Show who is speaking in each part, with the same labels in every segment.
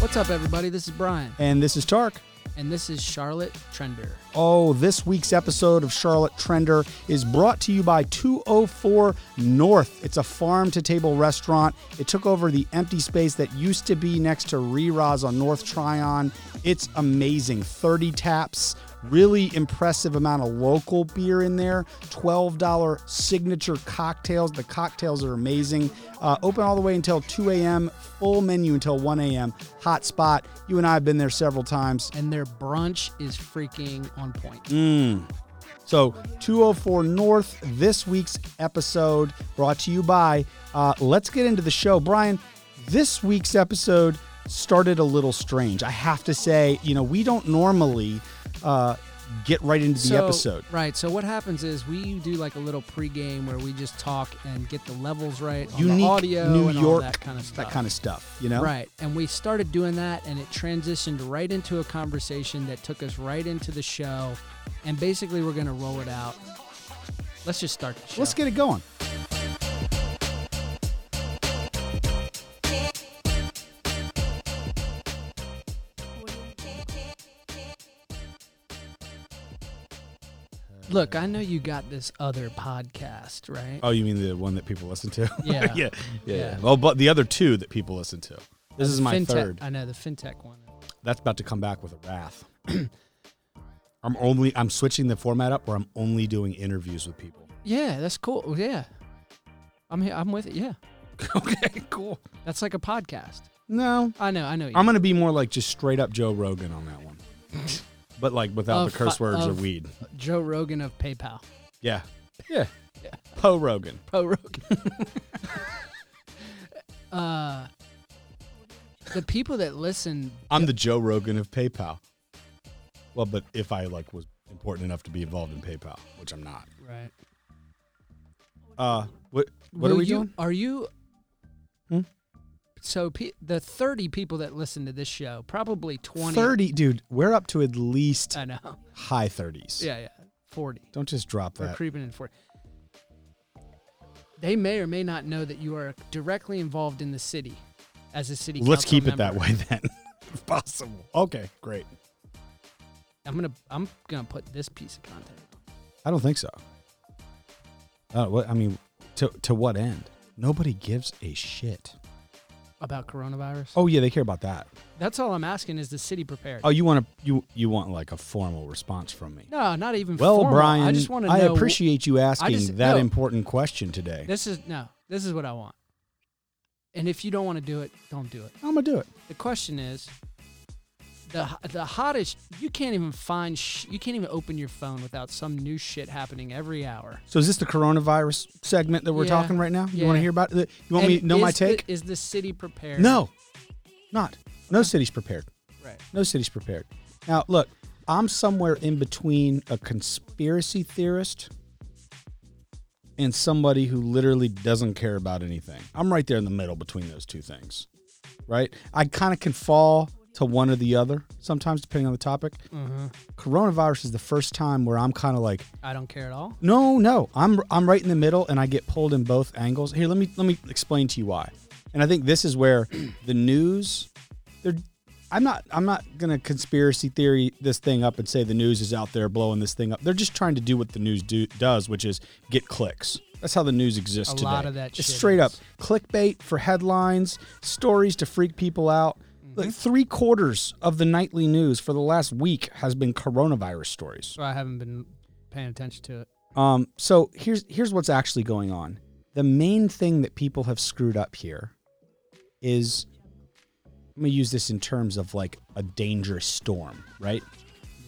Speaker 1: What's up, everybody? This is Brian,
Speaker 2: And this is Tark.
Speaker 1: and this is Charlotte Trender.
Speaker 2: Oh, this week's episode of Charlotte Trender is brought to you by 204 North. It's a farm to table restaurant. It took over the empty space that used to be next to Reraz on North Tryon. It's amazing. 30 taps, really impressive amount of local beer in there, $12 signature cocktails. The cocktails are amazing. Uh, open all the way until 2 a.m., full menu until 1 a.m. Hot spot. You and I have been there several times.
Speaker 1: And their brunch is freaking on point.
Speaker 2: Mm, So 204 North, this week's episode brought to you by. Uh, let's get into the show. Brian, this week's episode started a little strange. I have to say, you know, we don't normally uh, get right into the episode.
Speaker 1: Right. So what happens is we do like a little pregame where we just talk and get the levels right on
Speaker 2: Unique
Speaker 1: the audio
Speaker 2: New
Speaker 1: and all
Speaker 2: York,
Speaker 1: that kind of stuff.
Speaker 2: That kind of stuff, you know?
Speaker 1: Right. And we started doing that and it transitioned right into a conversation that took us right into the show. And basically we're gonna roll it out. Let's just start the show.
Speaker 2: Let's get it going.
Speaker 1: Look, I know you got this other podcast, right?
Speaker 2: Oh, you mean the one that people listen to?
Speaker 1: Yeah.
Speaker 2: yeah, yeah,
Speaker 1: Yeah.
Speaker 2: Well, but the other two that people listen to. This is my
Speaker 1: fintech,
Speaker 2: third.
Speaker 1: I know the fintech one.
Speaker 2: That's about to come back with a wrath. I'm only I'm switching the format up where I'm only doing interviews with people.
Speaker 1: Yeah, that's cool. Yeah, I'm here. I'm with it. Yeah,
Speaker 2: okay, cool.
Speaker 1: that's like a podcast.
Speaker 2: No,
Speaker 1: I know. I know. You.
Speaker 2: I'm gonna be more like just straight up Joe Rogan on that one, but like without
Speaker 1: Of
Speaker 2: the curse
Speaker 1: fi-
Speaker 2: words or
Speaker 1: of-
Speaker 2: weed.
Speaker 1: Joe Rogan of PayPal.
Speaker 2: Yeah, yeah, Poe Rogan.
Speaker 1: Pro Rogan. uh, the people that listen,
Speaker 2: I'm the Joe Rogan of PayPal. Well, but if I like was important enough to be involved in PayPal, which I'm not.
Speaker 1: right?
Speaker 2: Uh, what what are
Speaker 1: Will
Speaker 2: we
Speaker 1: you-
Speaker 2: doing?
Speaker 1: Are you?
Speaker 2: Hmm?
Speaker 1: So pe- the 30 people that listen to this show, probably 20.
Speaker 2: Thirty, dude. We're up to at least
Speaker 1: I know.
Speaker 2: high thirties.
Speaker 1: Yeah, yeah. 40.
Speaker 2: Don't just drop
Speaker 1: We're
Speaker 2: that.
Speaker 1: creeping in for. They may or may not know that you are directly involved in the city as a city.
Speaker 2: Let's
Speaker 1: council
Speaker 2: keep it that
Speaker 1: member.
Speaker 2: way then, if possible. Okay, great.
Speaker 1: I'm gonna I'm gonna put this piece of content.
Speaker 2: I don't think so. Uh, what, I mean, to to what end? Nobody gives a shit.
Speaker 1: About coronavirus.
Speaker 2: Oh yeah, they care about that.
Speaker 1: That's all I'm asking is the city prepared.
Speaker 2: Oh, you want to you you want like a formal response from me?
Speaker 1: no, not even.
Speaker 2: well,
Speaker 1: formal.
Speaker 2: Brian,
Speaker 1: I just want to know.
Speaker 2: appreciate you asking
Speaker 1: just-
Speaker 2: that
Speaker 1: no.
Speaker 2: important question today.
Speaker 1: This is no. This is what I want. And if you don't want to do it, don't do it.
Speaker 2: I'm gonna do it.
Speaker 1: The question is, the the hottest. You can't even find. Sh- you can't even open your phone without some new shit happening every hour.
Speaker 2: So is this the coronavirus segment that we're
Speaker 1: Yeah.
Speaker 2: talking right now? You
Speaker 1: Yeah.
Speaker 2: want to hear about it? You want me to
Speaker 1: And
Speaker 2: know my
Speaker 1: is the-
Speaker 2: take?
Speaker 1: is the city prepared?
Speaker 2: no, not. No city's prepared.
Speaker 1: Right.
Speaker 2: No city's prepared. Now, look, I'm somewhere in between a conspiracy theorist and somebody who literally doesn't care about anything. I'm right there in the middle between those two things, right? I kind of can fall to one or the other sometimes, depending on the topic. Coronavirus is the first time where I'm kind of like,
Speaker 1: I don't care at all.
Speaker 2: no, no, I'm I'm right in the middle, and I get pulled in both angles. Here, let me let me explain to you why. And I think this is where the news, they're, I'm not I'm not gonna conspiracy theory this thing up and say the news is out there blowing this thing up. They're just trying to do what the news do, does, which is get clicks. That's how the news exists
Speaker 1: A
Speaker 2: today.
Speaker 1: lot of that
Speaker 2: It's
Speaker 1: shit
Speaker 2: straight up
Speaker 1: is.
Speaker 2: clickbait for headlines, stories to freak people out.
Speaker 1: Mm-hmm.
Speaker 2: Like three quarters of the nightly news for the last week has been coronavirus stories.
Speaker 1: So I haven't been paying attention to it.
Speaker 2: Um, so here's here's what's actually going on. The main thing that people have screwed up here is I'm gonna use this in terms of like a dangerous storm, right?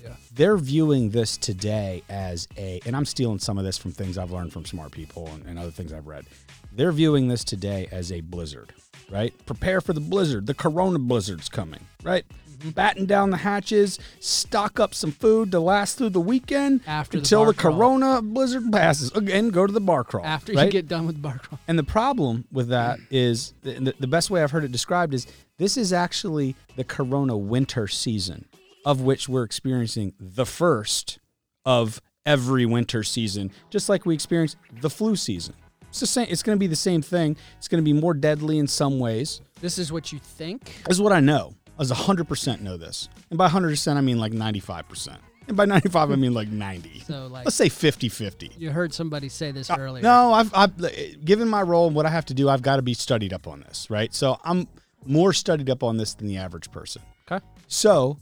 Speaker 1: Yeah.
Speaker 2: They're viewing this today as a, and I'm stealing some of this from things I've learned from smart people and, and other things I've read. They're viewing this today as a blizzard, right? Prepare for the blizzard. The corona blizzard's coming, right?
Speaker 1: Mm-hmm.
Speaker 2: Batten down the hatches, stock up some food to last through the weekend
Speaker 1: After the
Speaker 2: until
Speaker 1: bar
Speaker 2: the,
Speaker 1: crawl.
Speaker 2: corona blizzard passes. Again, go to the bar crawl.
Speaker 1: After
Speaker 2: right?
Speaker 1: you get done with bar crawl.
Speaker 2: And the problem with that is the- the, the best way I've heard it described is this is actually the corona winter season, of which we're experiencing the first of every winter season, just like we experience the flu season. It's the same. It's going to be the same thing. It's going to be more deadly in some ways.
Speaker 1: This is what you think.
Speaker 2: This is what I know. is 100% know this. And by 100%, I mean like 95%. And by 95, I mean like 90.
Speaker 1: So, like-
Speaker 2: Let's say 50 50.
Speaker 1: You heard somebody say this earlier.
Speaker 2: Uh, No, I've, I've given my role and what I have to do, I've got to be studied up on this, right? So I'm more studied up on this than the average person.
Speaker 1: Okay.
Speaker 2: So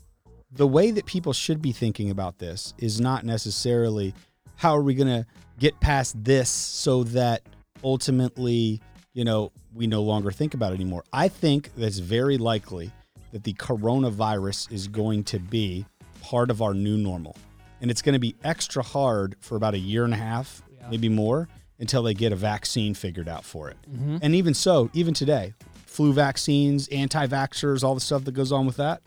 Speaker 2: the way that people should be thinking about this is not necessarily how are we going to get past this so that ultimately, you know, we no longer think about it anymore. I think that's very likely that the coronavirus is going to be part of our new normal. And it's going to be extra hard for about a year and a half,
Speaker 1: Yeah.
Speaker 2: maybe more, until they get a vaccine figured out for it. And even so, even today, flu vaccines, anti vaxxers, all the stuff that goes on with that,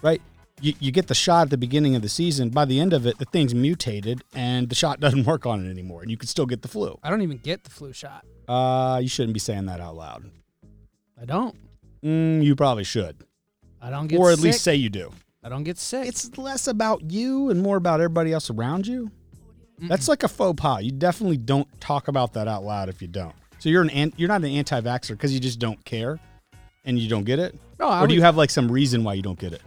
Speaker 2: right? You, you get the shot at the beginning of the season. By the end of it, the thing's mutated and the shot doesn't work on it anymore. And you can still get the flu.
Speaker 1: I don't even get the flu shot.
Speaker 2: Uh, you shouldn't be saying that out loud.
Speaker 1: I don't.
Speaker 2: Mm, you probably should.
Speaker 1: I don't get
Speaker 2: or at
Speaker 1: sick.
Speaker 2: least say you do.
Speaker 1: I don't get sick.
Speaker 2: It's less about you and more about everybody else around you. That's like a faux pas. You definitely don't talk about that out loud if you don't. So you're an, an you're not an anti-vaxxer because you just don't care and you don't get it.
Speaker 1: no, I
Speaker 2: or do
Speaker 1: would-
Speaker 2: you have like some reason why you don't get it?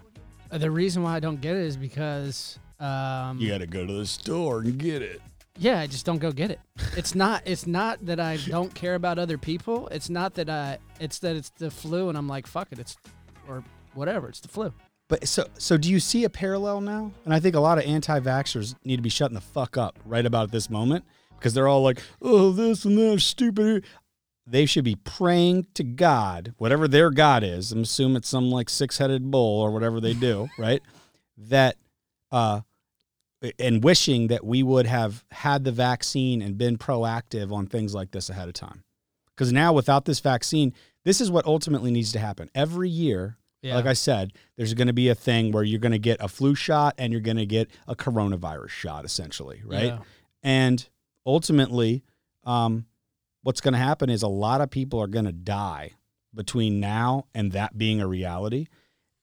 Speaker 1: the reason why I don't get it is because um,
Speaker 2: You got to go to the store and get it.
Speaker 1: yeah, I just don't go get it. It's not it's not that I don't care about other people. It's not that I it's that it's the flu and I'm like fuck it. It's or whatever. It's the flu.
Speaker 2: But so so do you see a parallel now? And I think a lot of anti-vaxxers need to be shutting the fuck up right about this moment because they're all like, "Oh, this and that stupid." They should be praying to God, whatever their god is. I'm assuming it's some like six-headed bull or whatever they do, right? That uh and wishing that we would have had the vaccine and been proactive on things like this ahead of time. Cuz now without this vaccine, this is what ultimately needs to happen. Every year
Speaker 1: Yeah.
Speaker 2: like I said, there's going to be a thing where you're going to get a flu shot and you're going to get a coronavirus shot, essentially, right?
Speaker 1: Yeah.
Speaker 2: And ultimately, um, what's going to happen is a lot of people are going to die between now and that being a reality.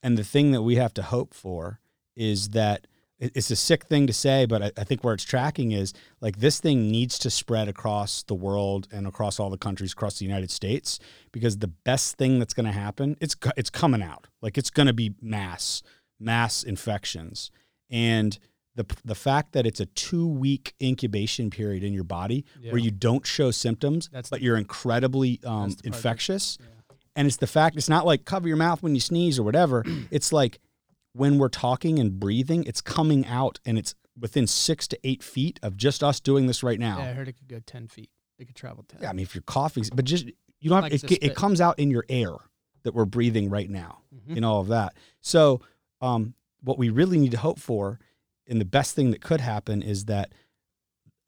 Speaker 2: And the thing that we have to hope for is that it- it's a sick thing to say, but I, I think where it's tracking is like this thing needs to spread across the world and across all the countries across the United States because the best thing that's going to happen it's co- it's coming out like it's going to be mass mass infections and the the fact that it's a two week incubation period in your body where
Speaker 1: Yeah.
Speaker 2: you don't show symptoms
Speaker 1: That's
Speaker 2: but you're incredibly um,
Speaker 1: the part that-
Speaker 2: infectious and it's the fact it's not like cover your mouth when you sneeze or whatever it's like when we're talking and breathing it's coming out and it's within six to eight feet of just us doing this right now
Speaker 1: yeah, I heard it could go ten feet. It could travel ten.
Speaker 2: yeah, I mean, if you're coughing, but just you don't
Speaker 1: Like
Speaker 2: have it,
Speaker 1: the
Speaker 2: ca- it
Speaker 1: spit.
Speaker 2: comes out in your air that we're breathing right now
Speaker 1: Mm-hmm.
Speaker 2: and all of that. So, um, what we really need to hope for, and the best thing that could happen, is that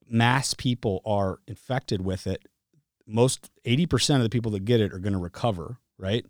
Speaker 2: mass people are infected with it. Most 80% of the people that get it are going to recover, right?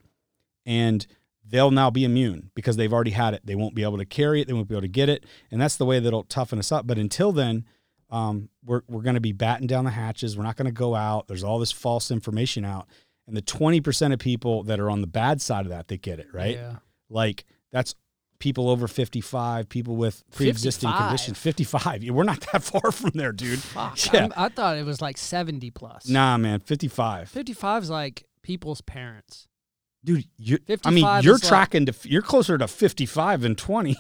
Speaker 2: And they'll now be immune because they've already had it. They won't be able to carry it. They won't be able to get it. And that's the way that'll toughen us up. But until then, um, we're, we're going to be batting down the hatches. We're not going to go out. There's all this false information out. And the 20% of people that are on the bad side of that that get it, right?
Speaker 1: Yeah.
Speaker 2: Like that's people over 55, people with pre existing
Speaker 1: 55?
Speaker 2: conditions. 55. Yeah, We're not that far from there, dude.
Speaker 1: Fuck.
Speaker 2: Yeah.
Speaker 1: I'm- I thought it was like seventy plus.
Speaker 2: Nah, man, 55.
Speaker 1: 55 is like people's parents.
Speaker 2: Dude, you I mean,
Speaker 1: 55
Speaker 2: you're
Speaker 1: is like-
Speaker 2: tracking to you're closer to 55 than 20,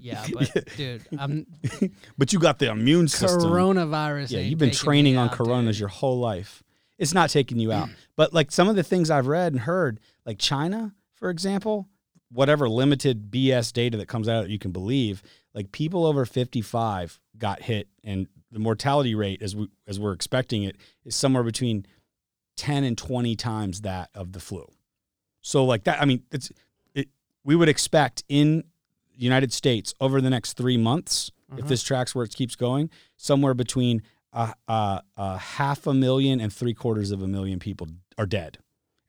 Speaker 1: Yeah, but dude, I'm
Speaker 2: but you got the immune system.
Speaker 1: coronavirus.
Speaker 2: Yeah,
Speaker 1: ain't
Speaker 2: you've been
Speaker 1: taking me
Speaker 2: training on
Speaker 1: out,
Speaker 2: coronas
Speaker 1: dude.
Speaker 2: your whole life. It's not taking you out. but like some of the things I've read and heard, like China, for example, whatever limited BS data that comes out that you can believe, like people over 55 got hit and the mortality rate as we as we're expecting it is somewhere between 10 and 20 times that of the flu. So like that I mean it's it we would expect in the United States over the next 3 months if
Speaker 1: Uh-huh.
Speaker 2: this tracks where it keeps going somewhere between a, a, a half a million and three quarters of a million people are dead.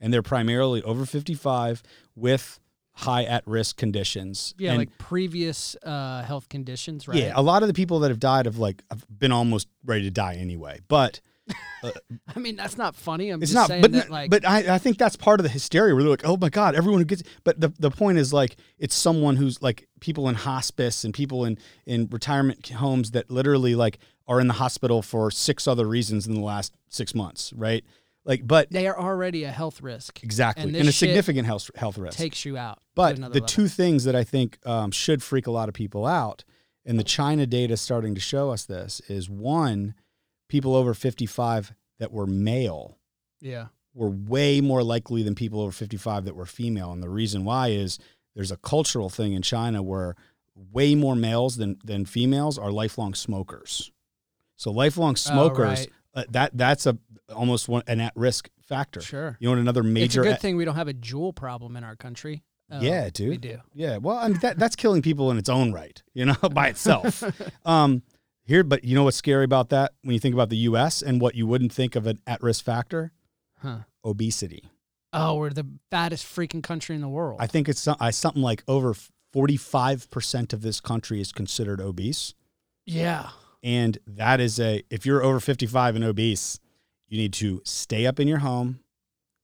Speaker 2: And they're primarily over 55 with high at risk conditions.
Speaker 1: Yeah,
Speaker 2: And-
Speaker 1: like previous uh, health conditions, right?
Speaker 2: yeah, oh. a lot of the people that have died have like have been almost ready to die anyway. But
Speaker 1: I mean, that's not funny. I'm
Speaker 2: it's
Speaker 1: just
Speaker 2: not.
Speaker 1: saying
Speaker 2: But
Speaker 1: that,
Speaker 2: n-
Speaker 1: like,
Speaker 2: but I, I think that's part of the hysteria. Where they're like, oh my god, everyone who gets. But the, the point is like it's someone who's like people in hospice and people in in retirement homes that literally like are in the hospital for six other reasons in the last six months, right? Like, but
Speaker 1: They are already a health risk.
Speaker 2: exactly,
Speaker 1: And
Speaker 2: and,
Speaker 1: this
Speaker 2: a
Speaker 1: shit
Speaker 2: significant health health risk.
Speaker 1: Takes you out. to
Speaker 2: but the
Speaker 1: another level.
Speaker 2: two things that I think um, should freak a lot of people out, and the China data is starting to show us this, is one, people over fifty five that were male
Speaker 1: Yeah.
Speaker 2: were way more likely than people over 55 that were female. And the reason why is there's a cultural thing in China where way more males than, than females are lifelong smokers. So lifelong smokers,
Speaker 1: Oh, right.
Speaker 2: uh, that that's a almost one, an at risk factor.
Speaker 1: Sure.
Speaker 2: You know what another
Speaker 1: It's a
Speaker 2: major e-
Speaker 1: good thing we don't have a jewel problem in our country. Um,
Speaker 2: Yeah,
Speaker 1: We
Speaker 2: dude.
Speaker 1: do.
Speaker 2: Yeah, well, I mean, that that's killing people in its own right, you know, by itself. um, here, but you know what's scary about that when you think about the U.S. and what you wouldn't think of an at-risk factor?
Speaker 1: Huh.
Speaker 2: Obesity.
Speaker 1: Oh, we're the fattest freaking country in the world.
Speaker 2: I think it's some, I, something like over 45% of this country is considered obese.
Speaker 1: yeah.
Speaker 2: And that is a, if you're over 55 and obese, you need to stay up in your home.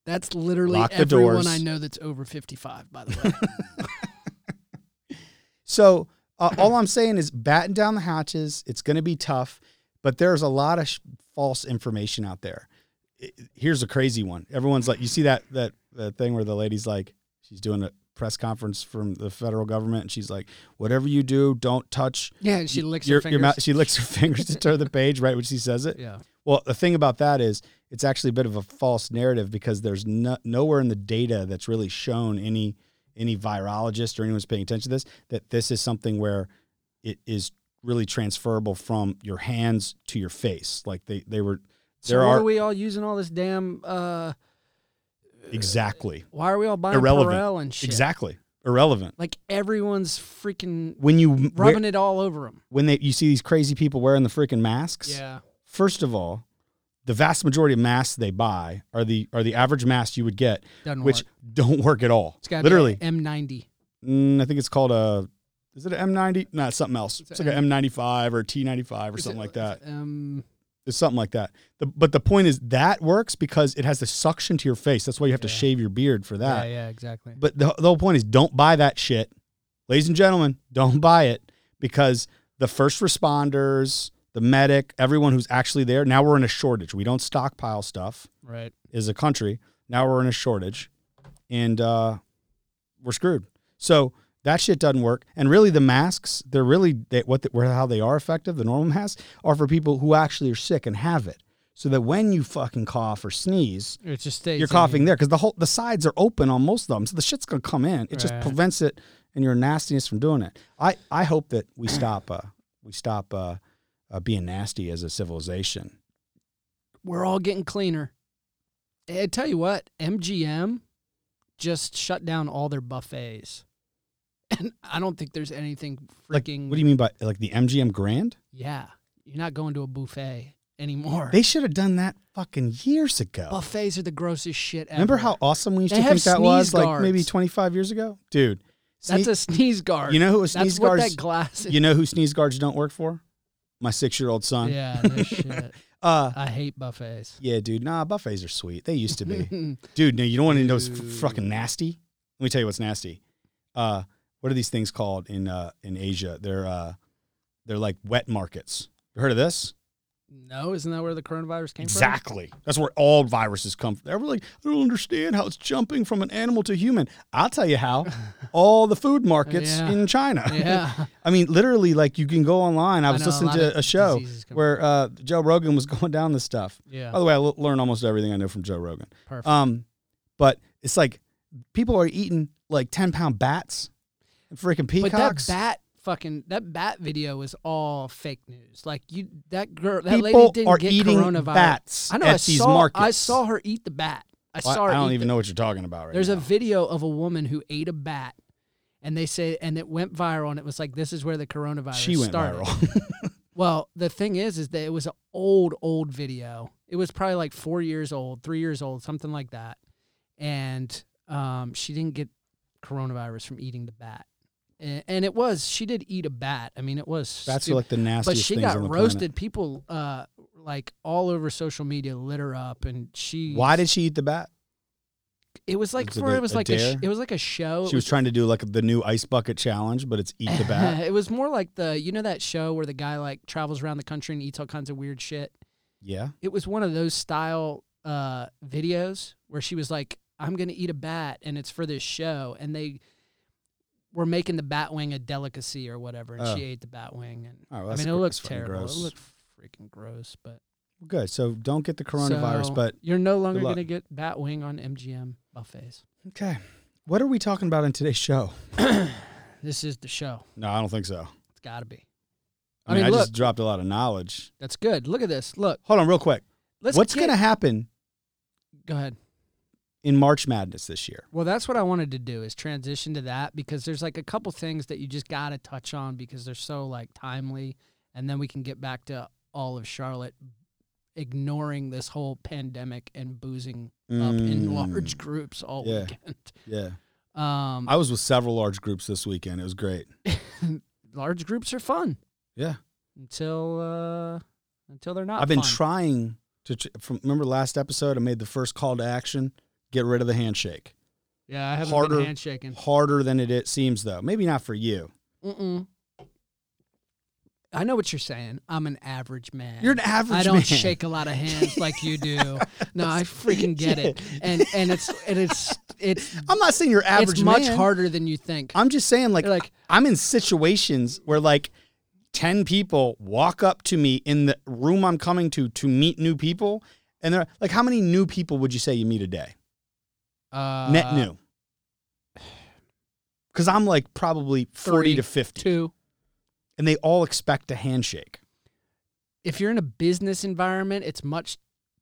Speaker 1: That's literally
Speaker 2: Lock the
Speaker 1: everyone
Speaker 2: doors.
Speaker 1: I know that's over 55, by the way.
Speaker 2: So uh, all I'm saying is batten down the hatches. It's going to be tough, but there's a lot of sh- false information out there. I- Here's a crazy one. Everyone's like, you see that, that, that thing where the lady's like, she's doing a press conference from the federal government. And she's like, whatever you do, don't touch.
Speaker 1: yeah, and she licks
Speaker 2: your-
Speaker 1: her
Speaker 2: your
Speaker 1: fingers.
Speaker 2: mouth- she licks her fingers to turn the page right when she says it.
Speaker 1: yeah.
Speaker 2: Well, the thing about that is it's actually a bit of a false narrative because there's no, nowhere in the data that's really shown any any virologist or anyone's paying attention to this that this is something where it is really transferable from your hands to your face. Like they they were
Speaker 1: So
Speaker 2: there
Speaker 1: why
Speaker 2: are
Speaker 1: are we all using all this damn? Uh,
Speaker 2: exactly
Speaker 1: why are we all buying
Speaker 2: Irrelevant.
Speaker 1: Perel and shit?
Speaker 2: exactly irrelevant
Speaker 1: Like everyone's freaking
Speaker 2: when you
Speaker 1: rubbing it all over them.
Speaker 2: when they you see these crazy people wearing the freaking masks.
Speaker 1: Yeah.
Speaker 2: First of all, the vast majority of masks they buy are the are the average masks you would get,
Speaker 1: Doesn't
Speaker 2: which
Speaker 1: work.
Speaker 2: don't work at all.
Speaker 1: It's got
Speaker 2: literally,
Speaker 1: M90.
Speaker 2: mm, I think it's called a. Is it an M90? No, it's something else. It's,
Speaker 1: It's
Speaker 2: like
Speaker 1: a
Speaker 2: an M95 or a T95 or something like that.
Speaker 1: Um,
Speaker 2: It's something like that. The, but the point is that works because it has the suction to your face. That's why you have to
Speaker 1: Yeah.
Speaker 2: shave your beard for that.
Speaker 1: yeah, yeah, exactly.
Speaker 2: But the, the whole point is don't buy that shit. Ladies and gentlemen, don't buy it because the first responders, the medic, everyone who's actually there, now we're in a shortage. We don't stockpile stuff
Speaker 1: Right.
Speaker 2: as a country. Now we're in a shortage and uh, we're screwed. So that shit doesn't work. And really, the masks, they're really they, what the, where, how they are effective, the normal masks, are for people who actually are sick and have it. So that when you fucking cough or sneeze,
Speaker 1: It just stays.
Speaker 2: you're
Speaker 1: in
Speaker 2: coughing
Speaker 1: here.
Speaker 2: there because the whole the sides are open on most of them, so the shit's gonna come in. It just
Speaker 1: Right.
Speaker 2: prevents it and your nastiness from doing it. I I hope that we stop uh we stop uh, uh being nasty as a civilization.
Speaker 1: We're all getting cleaner. Eh, I tell you what, MGM just shut down all their buffets, and I don't think there's anything
Speaker 2: Like,
Speaker 1: freaking.
Speaker 2: what do you mean by like the MGM Grand?
Speaker 1: Yeah, you're not going to a buffet anymore.
Speaker 2: They should have done that fucking years ago.
Speaker 1: buffets are the grossest shit ever.
Speaker 2: Remember how awesome we used
Speaker 1: They
Speaker 2: to
Speaker 1: have
Speaker 2: think that was?
Speaker 1: sneeze
Speaker 2: Like maybe
Speaker 1: guards.
Speaker 2: 25 years ago, dude.
Speaker 1: That's
Speaker 2: sne-
Speaker 1: a sneeze guard.
Speaker 2: you know who a
Speaker 1: That's
Speaker 2: sneeze
Speaker 1: what
Speaker 2: guards?
Speaker 1: that glass is.
Speaker 2: you know who sneeze guards don't work for? My six year old son.
Speaker 1: yeah, no shit.
Speaker 2: Uh,
Speaker 1: I hate buffets.
Speaker 2: yeah, dude. Nah, buffets are sweet. They used to be. Dude, no, you don't want to know what's f-
Speaker 1: Dude.
Speaker 2: fucking nasty. Let me tell you what's nasty. Uh, what are these things called in uh, in Asia? They're uh, they're like wet markets. You heard of this?
Speaker 1: no, isn't that where the coronavirus came
Speaker 2: Exactly. That's where all viruses come from. They're like, I don't understand how it's jumping from an animal to human. I'll tell you how. all the food markets
Speaker 1: Yeah.
Speaker 2: in China.
Speaker 1: from? Yeah.
Speaker 2: I mean, literally, like you can go online. I
Speaker 1: I
Speaker 2: was
Speaker 1: know, a
Speaker 2: listening
Speaker 1: lot
Speaker 2: to
Speaker 1: of
Speaker 2: a show
Speaker 1: diseases come
Speaker 2: where uh, Joe Rogan was going down this stuff.
Speaker 1: Yeah.
Speaker 2: By the way, I l- learn almost everything I know from Joe Rogan.
Speaker 1: Perfect.
Speaker 2: Um, but it's like people are eating like ten pound bats, and freaking
Speaker 1: but
Speaker 2: peacocks.
Speaker 1: that bat fucking that bat video is all fake news. Like you that girl that lady
Speaker 2: people
Speaker 1: didn't
Speaker 2: are
Speaker 1: get
Speaker 2: eating
Speaker 1: coronavirus.
Speaker 2: bats
Speaker 1: I know
Speaker 2: at
Speaker 1: I
Speaker 2: these
Speaker 1: saw
Speaker 2: markets.
Speaker 1: I saw her eat the bat. I
Speaker 2: Well,
Speaker 1: saw her
Speaker 2: I don't
Speaker 1: eat
Speaker 2: even
Speaker 1: the,
Speaker 2: know what you're talking about right
Speaker 1: There's a
Speaker 2: now.
Speaker 1: video of a woman who ate a bat and they say and it went viral and it was like this is where the coronavirus
Speaker 2: she went
Speaker 1: started.
Speaker 2: viral.
Speaker 1: Well, the thing is, is that it was an old, old video. It was probably like four years old, three years old, something like that. And um, she didn't get coronavirus from eating the bat. And, and it was, she did eat a bat. I mean, it was.
Speaker 2: Bats
Speaker 1: stu-
Speaker 2: are like the nastiest
Speaker 1: but she
Speaker 2: things
Speaker 1: got
Speaker 2: on the
Speaker 1: roasted.
Speaker 2: planet.
Speaker 1: People, uh, like all over social media, lit her up, and she.
Speaker 2: Why did she eat the bat?
Speaker 1: It was like
Speaker 2: was it
Speaker 1: for
Speaker 2: a-
Speaker 1: it was
Speaker 2: a
Speaker 1: like a sh-
Speaker 2: dare?
Speaker 1: Oh, it was like a show.
Speaker 2: She was trying to do like the new ice bucket challenge, but it's eat the bat.
Speaker 1: it was more like the you know that show where the guy like travels around the country and eats all kinds of weird shit.
Speaker 2: Yeah.
Speaker 1: it was one of those style uh, videos where she was like, "I'm gonna eat a bat, and it's for this show," and they were making the bat wing a delicacy or whatever, and
Speaker 2: Oh.
Speaker 1: she ate the bat wing, and
Speaker 2: Oh, well,
Speaker 1: I
Speaker 2: that's
Speaker 1: mean, it
Speaker 2: gr-
Speaker 1: looks
Speaker 2: that's fucking
Speaker 1: terrible.
Speaker 2: gross.
Speaker 1: It looked freaking gross, but
Speaker 2: Good. So don't get the coronavirus,
Speaker 1: So,
Speaker 2: but
Speaker 1: you're no longer
Speaker 2: luck.
Speaker 1: gonna get bat wing on MGM buffets.
Speaker 2: okay. What are we talking about in today's show?
Speaker 1: This is the show.
Speaker 2: No, I don't think so.
Speaker 1: It's got to be.
Speaker 2: I, mean, I just dropped a lot of knowledge.
Speaker 1: That's good. Look at this. Look,
Speaker 2: Hold on, real quick.
Speaker 1: let's.
Speaker 2: What's
Speaker 1: get-
Speaker 2: going to happen
Speaker 1: go ahead?
Speaker 2: in March Madness this year?
Speaker 1: Well, that's what I wanted to do is transition to that because there's like a couple things that you just got to touch on because they're so like timely, and then we can get back to all of Charlotte ignoring this whole pandemic and boozing up in
Speaker 2: Mm,
Speaker 1: large groups all
Speaker 2: Yeah.
Speaker 1: weekend.
Speaker 2: Yeah.
Speaker 1: Um,
Speaker 2: I was with several large groups this weekend. It was great.
Speaker 1: large groups are fun
Speaker 2: Yeah.
Speaker 1: until uh, until they're not.
Speaker 2: I've been
Speaker 1: fun.
Speaker 2: trying to, ch- from, remember last episode, I made the first call to action get rid of the handshake.
Speaker 1: yeah, I haven't
Speaker 2: harder-
Speaker 1: been handshaking.
Speaker 2: Harder than it, it seems, though. Maybe not for you.
Speaker 1: Mm-mm. I know what you're saying. I'm an average man.
Speaker 2: You're an average
Speaker 1: I don't
Speaker 2: man.
Speaker 1: shake a lot of hands like you do. No, I freaking get it. And and it's and it's it's
Speaker 2: I'm not saying you're average
Speaker 1: it's much
Speaker 2: man.
Speaker 1: harder than you think.
Speaker 2: I'm just saying, like,
Speaker 1: You're like-
Speaker 2: I'm in situations where like ten people walk up to me in the room I'm coming to to meet new people, and they're like, "How many new people would you say you meet a day?
Speaker 1: Uh,
Speaker 2: Net new?" Because I'm like probably forty
Speaker 1: Three,
Speaker 2: to fifty,
Speaker 1: Two.
Speaker 2: and they all expect a handshake.
Speaker 1: If you're in a business environment, it's much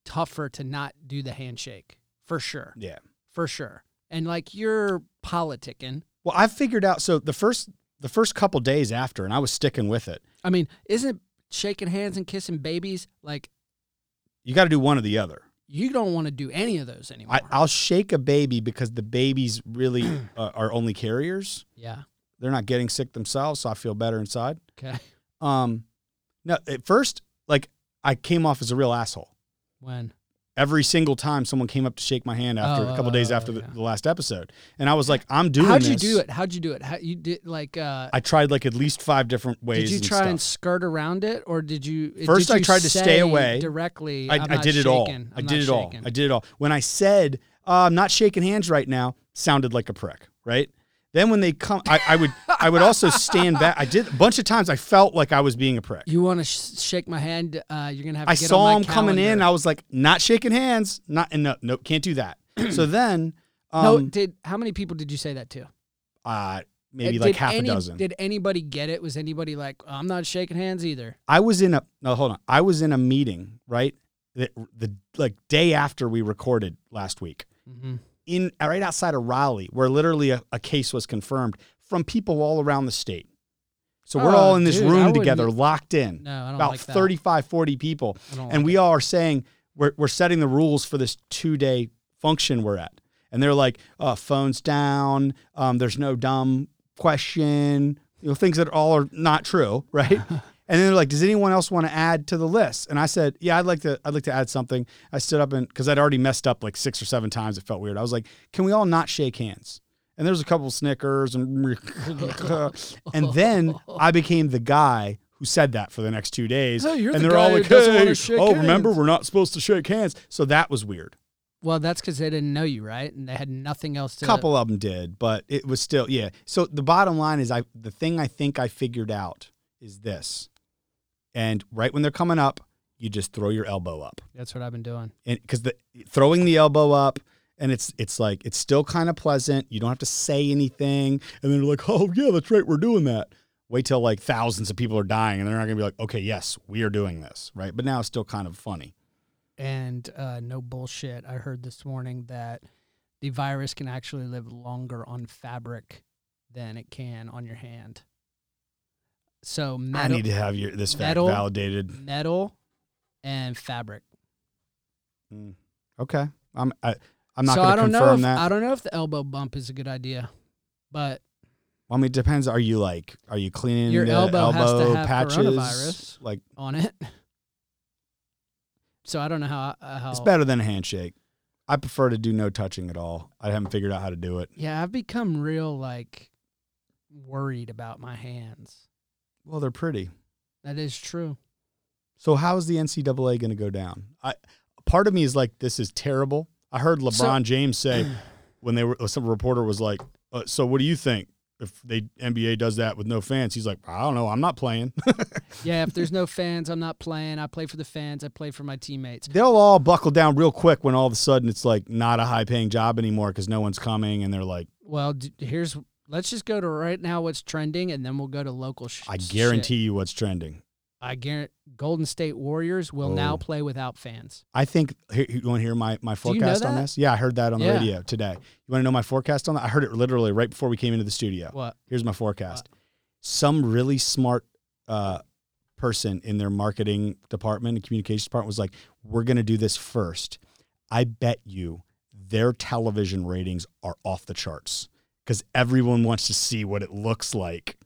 Speaker 1: tougher to not do the handshake for sure,
Speaker 2: Yeah.
Speaker 1: for sure. And like you're politicking.
Speaker 2: Well, I figured out. So the first the first couple days after, and I was sticking with it.
Speaker 1: I mean, isn't shaking hands and kissing babies like
Speaker 2: You got to do one or the other.
Speaker 1: you don't want to do any of those anymore?
Speaker 2: I, I'll shake a baby because the babies really uh, are only carriers.
Speaker 1: yeah.
Speaker 2: They're not getting sick themselves, so I feel better inside.
Speaker 1: Okay.
Speaker 2: Um, no, at first, like I came off as a real asshole.
Speaker 1: When?
Speaker 2: Every single time someone came up to shake my hand after
Speaker 1: Oh,
Speaker 2: a couple days after the,
Speaker 1: yeah.
Speaker 2: the last episode, and I was like, "I'm doing."
Speaker 1: How'd you
Speaker 2: this.
Speaker 1: do it? How'd you do it? How you did like uh
Speaker 2: I tried like at least five different ways.
Speaker 1: did you
Speaker 2: and
Speaker 1: try and
Speaker 2: stuff.
Speaker 1: skirt around it or did you
Speaker 2: First,
Speaker 1: did
Speaker 2: I
Speaker 1: you
Speaker 2: tried to stay
Speaker 1: say
Speaker 2: away.
Speaker 1: directly
Speaker 2: I,
Speaker 1: I'm
Speaker 2: I
Speaker 1: not
Speaker 2: did it all.
Speaker 1: shaking,
Speaker 2: I
Speaker 1: I'm
Speaker 2: did
Speaker 1: not
Speaker 2: it all.
Speaker 1: shaking."
Speaker 2: I did it all. When I said uh, I'm not shaking hands right now, sounded like a prick, right? Then when they come, I, I would I would also stand back. I did a bunch of times. I felt like I was being a prick.
Speaker 1: you want to sh- shake my hand uh you're gonna have to
Speaker 2: I
Speaker 1: get
Speaker 2: saw
Speaker 1: on
Speaker 2: him
Speaker 1: my
Speaker 2: coming in.
Speaker 1: calendar.
Speaker 2: I was like, not shaking hands. Not and no, no, can't do that. so then, um,
Speaker 1: no did how many people did you say that to
Speaker 2: uh, maybe
Speaker 1: Uh,
Speaker 2: like
Speaker 1: did
Speaker 2: half
Speaker 1: any-
Speaker 2: a dozen.
Speaker 1: did anybody get it was anybody like I'm not shaking hands either
Speaker 2: I was in a no, hold on. I was in a meeting right that the like day after we recorded last week
Speaker 1: mm-hmm.
Speaker 2: in right outside of Raleigh, where literally a, a case was confirmed from people all around the state. So we're
Speaker 1: Oh,
Speaker 2: all in this
Speaker 1: dude, I
Speaker 2: room
Speaker 1: wouldn't- e-
Speaker 2: together, locked in,
Speaker 1: no I don't
Speaker 2: about
Speaker 1: like that.
Speaker 2: 35, 40 people,
Speaker 1: I don't
Speaker 2: and
Speaker 1: like
Speaker 2: we all are saying we're we're setting the rules for this two day function we're at, and they're like, uh, phones down, um, there's no dumb question, you know, things that all are not true, right? and then they're like, does anyone else want to add to the list? And I said, yeah, I'd like to, I'd like to add something. I stood up and because I'd already messed up like six or seven times, it felt weird. I was like, can we all not shake hands? And there's a couple Snickers and and then I became the guy who said that for the next two days.
Speaker 1: Hey, you're
Speaker 2: and
Speaker 1: the
Speaker 2: they're all
Speaker 1: guy who
Speaker 2: like,
Speaker 1: doesn't wanna
Speaker 2: "Hey,
Speaker 1: shake
Speaker 2: oh, remember
Speaker 1: hands."
Speaker 2: we're not supposed to shake hands." So that was weird.
Speaker 1: well that's because they didn't know you right and they had nothing else to
Speaker 2: couple of them did, but it was still yeah. So the bottom line is, I the thing I think I figured out is this, and right when they're coming up, you just throw your elbow up,
Speaker 1: that's what I've been doing
Speaker 2: and because the throwing the elbow up. And it's it's like it's still kind of pleasant. You don't have to say anything, and then they're like, "Oh yeah, that's right, we're doing that." Wait till like thousands of people are dying, and they're not gonna be like, "Okay, yes, we are doing this," right? But now it's still kind of funny.
Speaker 1: And uh, no bullshit, I heard this morning that the virus can actually live longer on fabric than it can on your hand. So
Speaker 2: I
Speaker 1: metal,
Speaker 2: need to have your this fact
Speaker 1: metal-
Speaker 2: validated.
Speaker 1: metal and fabric.
Speaker 2: Okay, I'm I, I'm not
Speaker 1: so
Speaker 2: gonna
Speaker 1: I don't
Speaker 2: confirm
Speaker 1: know. If,
Speaker 2: that.
Speaker 1: I don't know if the elbow bump is a good idea, but
Speaker 2: Well, I mean, it depends. Are you like, are you cleaning
Speaker 1: Your
Speaker 2: the
Speaker 1: elbow has to
Speaker 2: elbow
Speaker 1: have
Speaker 2: patches?
Speaker 1: coronavirus.
Speaker 2: Like,
Speaker 1: on it. So I don't know how. Uh, how
Speaker 2: it's better than a handshake. I prefer to do no touching at all. I haven't figured out how to do it.
Speaker 1: Yeah, I've become real like worried about my hands.
Speaker 2: Well, they're pretty.
Speaker 1: That is true.
Speaker 2: So how is the NCAA going to go down? I part of me is like, this is terrible. I heard LeBron James say when they were uh, some reporter was like, uh, "So what do you think if they NBA does that with no fans?" He's like, "I don't know. I'm not playing."
Speaker 1: Yeah, if there's no fans, I'm not playing. I play for the fans. I play for my teammates.
Speaker 2: They'll all buckle down real quick when all of a sudden it's like not a high paying job anymore because no one's coming, and they're like,
Speaker 1: Well, d- here's let's just go to right now what's trending, and then we'll go to local. Sh-
Speaker 2: "I
Speaker 1: shit.
Speaker 2: guarantee you what's trending."
Speaker 1: I guarantee. Golden State Warriors will
Speaker 2: Oh.
Speaker 1: now play without fans.
Speaker 2: I think here- you want to hear my, my
Speaker 1: you know
Speaker 2: forecast on
Speaker 1: that?
Speaker 2: this? Yeah, I heard that on the
Speaker 1: Yeah.
Speaker 2: radio today. You want to know my forecast on that? I heard it literally right before we came into the studio.
Speaker 1: What?
Speaker 2: Here's my forecast. Some really smart uh, person in their marketing department and communications department was like, "We're going to do this first. I bet you their television ratings are off the charts because everyone wants to see what it looks like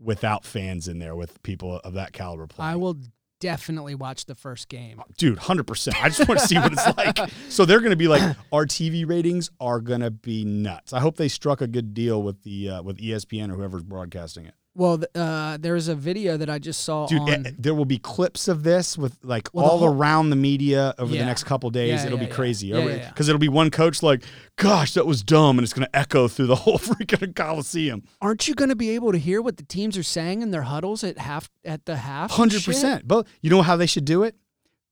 Speaker 2: without fans in there with people of that caliber playing.
Speaker 1: I will definitely watch the first game.
Speaker 2: Dude, hundred percent. I just want to see what it's like. So they're going to be like, our TV ratings are going to be nuts. I hope they struck a good deal with the uh, with ESPN or whoever's broadcasting it.
Speaker 1: Well, th- uh, there was a video that I just saw
Speaker 2: Dude,
Speaker 1: on.
Speaker 2: eh, there will be clips of this with like
Speaker 1: Well, the
Speaker 2: all
Speaker 1: whole-
Speaker 2: around the media over the
Speaker 1: Yeah.
Speaker 2: next couple days.
Speaker 1: Yeah,
Speaker 2: it'll
Speaker 1: yeah,
Speaker 2: be
Speaker 1: yeah.
Speaker 2: crazy.
Speaker 1: Yeah,
Speaker 2: Because
Speaker 1: yeah, yeah.
Speaker 2: it'll be one coach like, "Gosh, that was dumb," and it's going to echo through the whole freaking coliseum.
Speaker 1: Aren't you going to be able to hear what the teams are saying in their huddles at half at the half? and
Speaker 2: Hundred
Speaker 1: shit?
Speaker 2: percent. But you know how they should do it?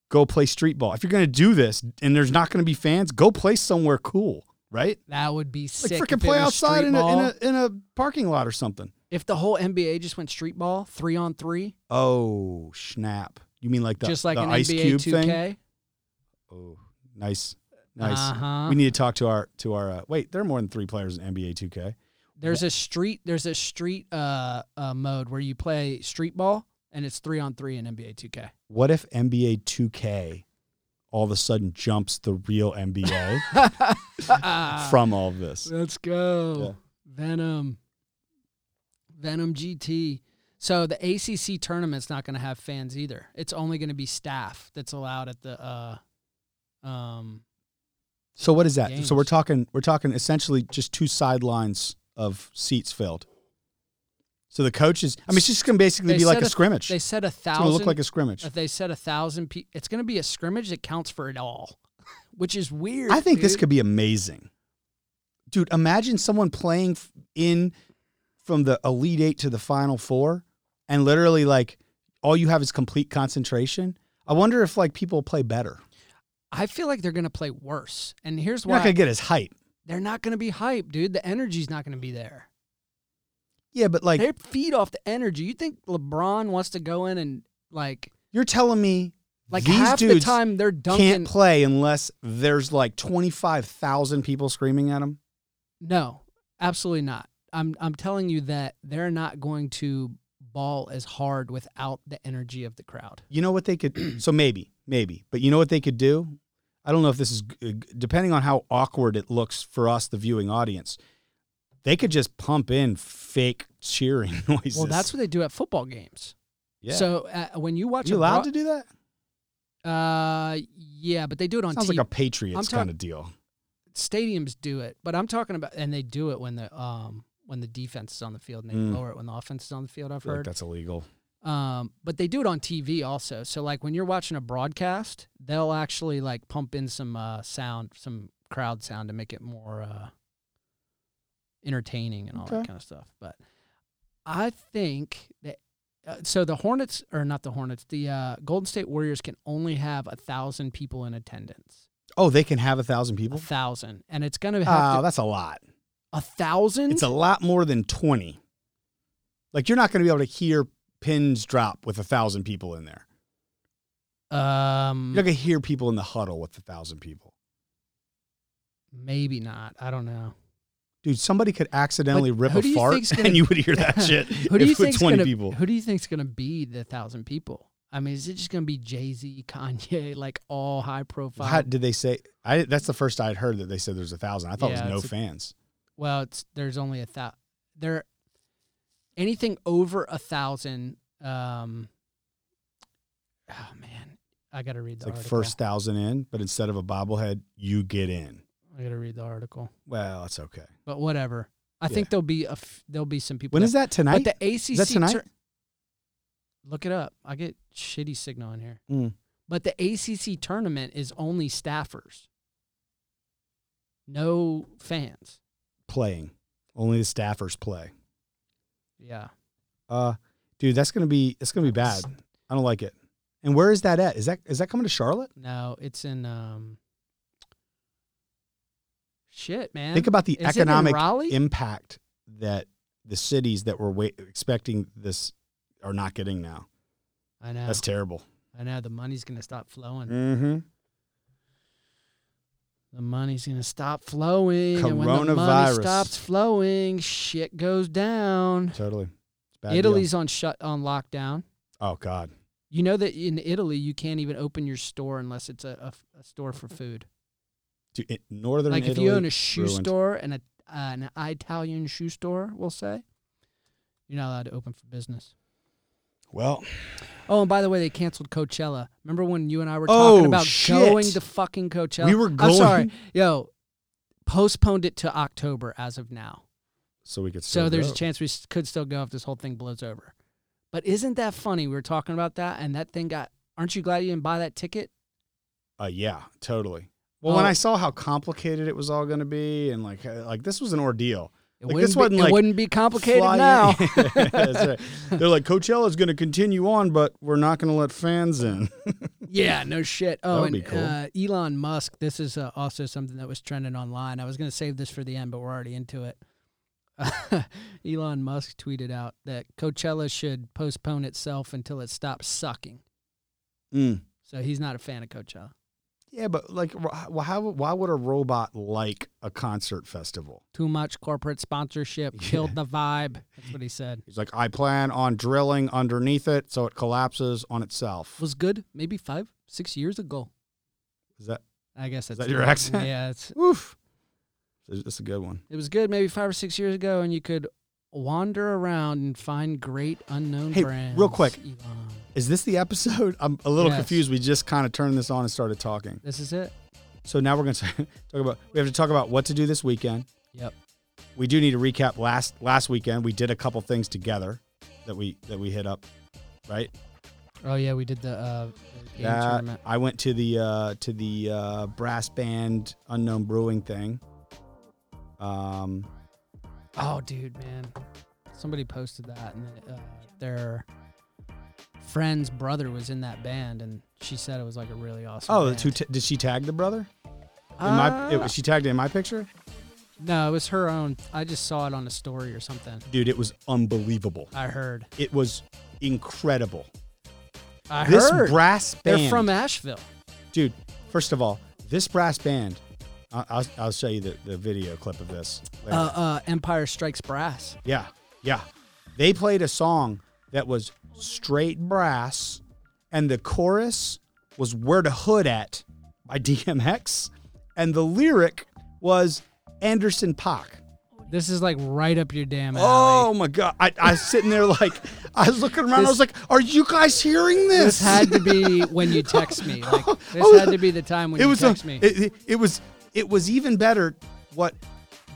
Speaker 2: Go play street ball. If you're going to do this, and there's not going to be fans, go play somewhere cool, right?
Speaker 1: That would be sick.
Speaker 2: Like
Speaker 1: If
Speaker 2: freaking
Speaker 1: it
Speaker 2: play
Speaker 1: was
Speaker 2: outside
Speaker 1: street
Speaker 2: in a, in
Speaker 1: ball.
Speaker 2: a in a parking lot or something.
Speaker 1: If the whole NBA just went street ball, three on three,
Speaker 2: Oh snap! You mean like the
Speaker 1: just like
Speaker 2: the
Speaker 1: an
Speaker 2: Ice
Speaker 1: NBA
Speaker 2: Cube
Speaker 1: 2K.
Speaker 2: thing? Oh, nice, nice.
Speaker 1: Uh-huh.
Speaker 2: We need to talk to our to our. Uh, wait, there are more than three players in NBA 2K.
Speaker 1: There's a street. There's a street uh, uh mode where you play street ball, and it's three on three in NBA 2K.
Speaker 2: What if NBA 2K all of a sudden jumps the real NBA
Speaker 1: Ah.
Speaker 2: from all of this?
Speaker 1: Let's go, Venom. Venom GT. So the ACC tournament's not going to have fans either. It's only going to be staff that's allowed at the. uh um
Speaker 2: So what is that?
Speaker 1: Games.
Speaker 2: So we're talking we're talking essentially just two sidelines of seats filled. So the coaches, I mean, it's just going to basically
Speaker 1: They
Speaker 2: be like
Speaker 1: said
Speaker 2: a
Speaker 1: a-
Speaker 2: scrimmage.
Speaker 1: They said a
Speaker 2: it's going
Speaker 1: thousand.
Speaker 2: to look like a scrimmage.
Speaker 1: if they said a thousand, pe- it's going to be a scrimmage that counts for it all, which is weird.
Speaker 2: I think this
Speaker 1: dude.
Speaker 2: could be amazing. Dude, imagine someone playing f- in from the Elite Eight to the Final Four and literally like all you have is complete concentration. I wonder if like people play better.
Speaker 1: I feel like they're going to play worse. And here's
Speaker 2: You're
Speaker 1: why
Speaker 2: not going to get as hype.
Speaker 1: they're not going to be hype, dude. The energy's not going to be there.
Speaker 2: Yeah, but like
Speaker 1: they feed off the energy. You think LeBron wants to go in and like
Speaker 2: you're telling me
Speaker 1: like
Speaker 2: these
Speaker 1: half the
Speaker 2: dudes
Speaker 1: time they're
Speaker 2: can't
Speaker 1: dunking?
Speaker 2: play unless there's like 25,000 people screaming at them?
Speaker 1: No, absolutely not. I'm I'm telling you that they're not going to ball as hard without the energy of the crowd.
Speaker 2: You know what they could so maybe, maybe. But you know what they could do? I don't know if this is g- g- depending on how awkward it looks for us the viewing audience. They could just pump in fake cheering noises.
Speaker 1: Well, that's what they do at football games.
Speaker 2: yeah.
Speaker 1: So uh, when you
Speaker 2: Are
Speaker 1: watch
Speaker 2: you
Speaker 1: a
Speaker 2: allowed
Speaker 1: bro-
Speaker 2: to do that?
Speaker 1: uh yeah, but they do it on
Speaker 2: Sounds
Speaker 1: TV.
Speaker 2: like a Patriots
Speaker 1: talk-
Speaker 2: kind of deal.
Speaker 1: stadiums do it, but I'm talking about and they do it when the um when the defense is on the field and they
Speaker 2: Mm.
Speaker 1: lower it when the offense is on the field.
Speaker 2: I
Speaker 1: I've
Speaker 2: feel like
Speaker 1: heard.
Speaker 2: that's illegal.
Speaker 1: Um, but they do it on TV also. So like when you're watching a broadcast, they'll actually like pump in some uh sound, some crowd sound to make it more uh entertaining and all
Speaker 2: Okay.
Speaker 1: that kind of stuff. But I think that uh, so the Hornets or not the Hornets, the uh, Golden State Warriors can only have a thousand people in attendance.
Speaker 2: Oh, they can have a thousand
Speaker 1: A
Speaker 2: people.
Speaker 1: thousand, and it's gonna have to
Speaker 2: Oh, that's a lot.
Speaker 1: a thousand?
Speaker 2: It's a lot more than twenty. Like you're not going to be able to hear pins drop with a thousand people in there.
Speaker 1: um,
Speaker 2: You're not going to hear people in the huddle with a thousand people.
Speaker 1: maybe not. I don't know.
Speaker 2: Dude, somebody could accidentally
Speaker 1: But
Speaker 2: rip
Speaker 1: who
Speaker 2: a
Speaker 1: do you
Speaker 2: fart,
Speaker 1: think's gonna-
Speaker 2: and you would hear that shit.
Speaker 1: Who do
Speaker 2: if
Speaker 1: you
Speaker 2: it was
Speaker 1: think's
Speaker 2: twenty
Speaker 1: gonna,
Speaker 2: people?
Speaker 1: Who do you think's gonna be the thousand people? I mean, is it just gonna be Jay Z, Kanye, like all high profile?
Speaker 2: How did they say? I that's the first I'd heard that they said there's a thousand. I thought
Speaker 1: Yeah,
Speaker 2: it was
Speaker 1: it's
Speaker 2: no
Speaker 1: a-
Speaker 2: fans.
Speaker 1: well, it's there's only a thousand. There, anything over a thousand. Um, oh man, I gotta read
Speaker 2: It's
Speaker 1: the
Speaker 2: like
Speaker 1: article.
Speaker 2: first thousand in, but instead of a bobblehead, you get in.
Speaker 1: I gotta read the article,
Speaker 2: Well, that's okay.
Speaker 1: but whatever. I
Speaker 2: Yeah.
Speaker 1: think there'll be a f- there'll be some people.
Speaker 2: When is that tonight?
Speaker 1: But the ACC
Speaker 2: is that tonight?
Speaker 1: tur- look it up. I get shitty signal in here.
Speaker 2: Mm.
Speaker 1: But the ACC tournament is only staffers, no fans.
Speaker 2: Playing. Only the staffers play.
Speaker 1: Yeah.
Speaker 2: Uh, dude, that's gonna be that's gonna be bad. I don't like it. And where is that at? Is that is that coming to Charlotte?
Speaker 1: No, it's in um. Shit, man.
Speaker 2: Think about the
Speaker 1: Is it in
Speaker 2: economic
Speaker 1: Raleigh?
Speaker 2: impact that the cities that were wait, expecting this are not getting now.
Speaker 1: I know.
Speaker 2: That's terrible.
Speaker 1: I know the money's gonna stop flowing.
Speaker 2: Mm-hmm.
Speaker 1: The money's gonna stop flowing. And when the money
Speaker 2: Coronavirus.
Speaker 1: stops flowing, shit goes down.
Speaker 2: Totally. It's a bad
Speaker 1: Italy's on shut on lockdown.
Speaker 2: deal. Oh God.
Speaker 1: You know that in Italy you can't even open your store unless it's a, a, a store for food.
Speaker 2: Dude, it- Northern
Speaker 1: like if
Speaker 2: Mm-hmm. Italy.
Speaker 1: you own a shoe
Speaker 2: ruined.
Speaker 1: store and a uh, an Italian shoe store, we'll say, you're not allowed to open for business.
Speaker 2: Well,
Speaker 1: Oh, and by the way, they canceled Coachella. Remember when you and I were
Speaker 2: Oh,
Speaker 1: talking about
Speaker 2: shit.
Speaker 1: going to fucking Coachella?
Speaker 2: we were going
Speaker 1: I'm sorry, yo, postponed it to October as of now.
Speaker 2: so we could.
Speaker 1: So
Speaker 2: still
Speaker 1: there's
Speaker 2: go.
Speaker 1: a chance we s- could still go if this whole thing blows over. But isn't that funny? We were talking about that, and that thing got. Aren't you glad you didn't buy that ticket?
Speaker 2: Uh, yeah, totally. Well, when
Speaker 1: Oh.
Speaker 2: I saw how complicated it was all going to be, and like uh, like this was an ordeal.
Speaker 1: It
Speaker 2: Like,
Speaker 1: wouldn't
Speaker 2: this
Speaker 1: be,
Speaker 2: wasn't,
Speaker 1: it
Speaker 2: like,
Speaker 1: wouldn't be complicated
Speaker 2: Fly in-
Speaker 1: now.
Speaker 2: That's right. They're like Coachella's going to continue on, but we're not going to let fans in.
Speaker 1: Yeah, no shit. Oh, and
Speaker 2: would be cool.
Speaker 1: uh, Elon Musk. This is uh, also something that was trending online. I was going to save this for the end, but we're already into it. Elon Musk tweeted out that Coachella should postpone itself until it stops sucking.
Speaker 2: Mm.
Speaker 1: So he's not a fan of Coachella.
Speaker 2: Yeah, but like, wh- wh- how, why would a robot like a concert festival?
Speaker 1: Too much corporate sponsorship
Speaker 2: Yeah.
Speaker 1: killed the vibe. That's what he said.
Speaker 2: He's like, I plan on drilling underneath it so it collapses on itself.
Speaker 1: Was good maybe five, six years ago.
Speaker 2: Is that
Speaker 1: I guess that's
Speaker 2: that your accent?
Speaker 1: Yeah, it's,
Speaker 2: oof? That's a good one.
Speaker 1: it was good maybe five or six years ago, and you could wander around and find great unknown
Speaker 2: Hey, real
Speaker 1: brands.
Speaker 2: quick.
Speaker 1: Elon.
Speaker 2: Is this the episode? I'm a little
Speaker 1: Yes.
Speaker 2: confused. We just kind of turned this on and started talking.
Speaker 1: This is it.
Speaker 2: So now we're going to talk about. We have to talk about what to do this weekend.
Speaker 1: Yep.
Speaker 2: we do need to recap last last weekend. We did a couple things together that we that we hit up, right?
Speaker 1: Oh yeah, we did the uh, the game
Speaker 2: That-
Speaker 1: tournament.
Speaker 2: I went to the uh, to the uh, brass band unknown brewing thing. Um,
Speaker 1: Oh dude, man, somebody posted that, and uh, their friend's brother was in that band, and she said it was like a really awesome.
Speaker 2: oh,
Speaker 1: band.
Speaker 2: that's who t- did she tag the brother? In my, it,
Speaker 1: Uh,
Speaker 2: was she tagged it in my picture,
Speaker 1: no, it was her own. I just saw it on a story or something.
Speaker 2: dude. It was unbelievable.
Speaker 1: I heard.
Speaker 2: It was incredible.
Speaker 1: I
Speaker 2: this
Speaker 1: heard.
Speaker 2: brass
Speaker 1: They're
Speaker 2: band,
Speaker 1: from Asheville.
Speaker 2: dude. First of all, this brass band. I- I'll, I'll show you the, the video clip of this.
Speaker 1: Uh,
Speaker 2: later.
Speaker 1: uh, Empire Strikes Brass.
Speaker 2: Yeah, yeah. They played a song that was straight brass, and the chorus was "Where the Hood At" by DMX, and the lyric was Anderson Paak.
Speaker 1: This is like right up your damn alley.
Speaker 2: Oh my god! I, I was sitting there like I was looking around. I was like, "Are you guys hearing this?"
Speaker 1: This had to be when you text me. Like
Speaker 2: Oh,
Speaker 1: this had to be the time when
Speaker 2: it
Speaker 1: you
Speaker 2: was a-
Speaker 1: text me.
Speaker 2: It, it, it was it was even better what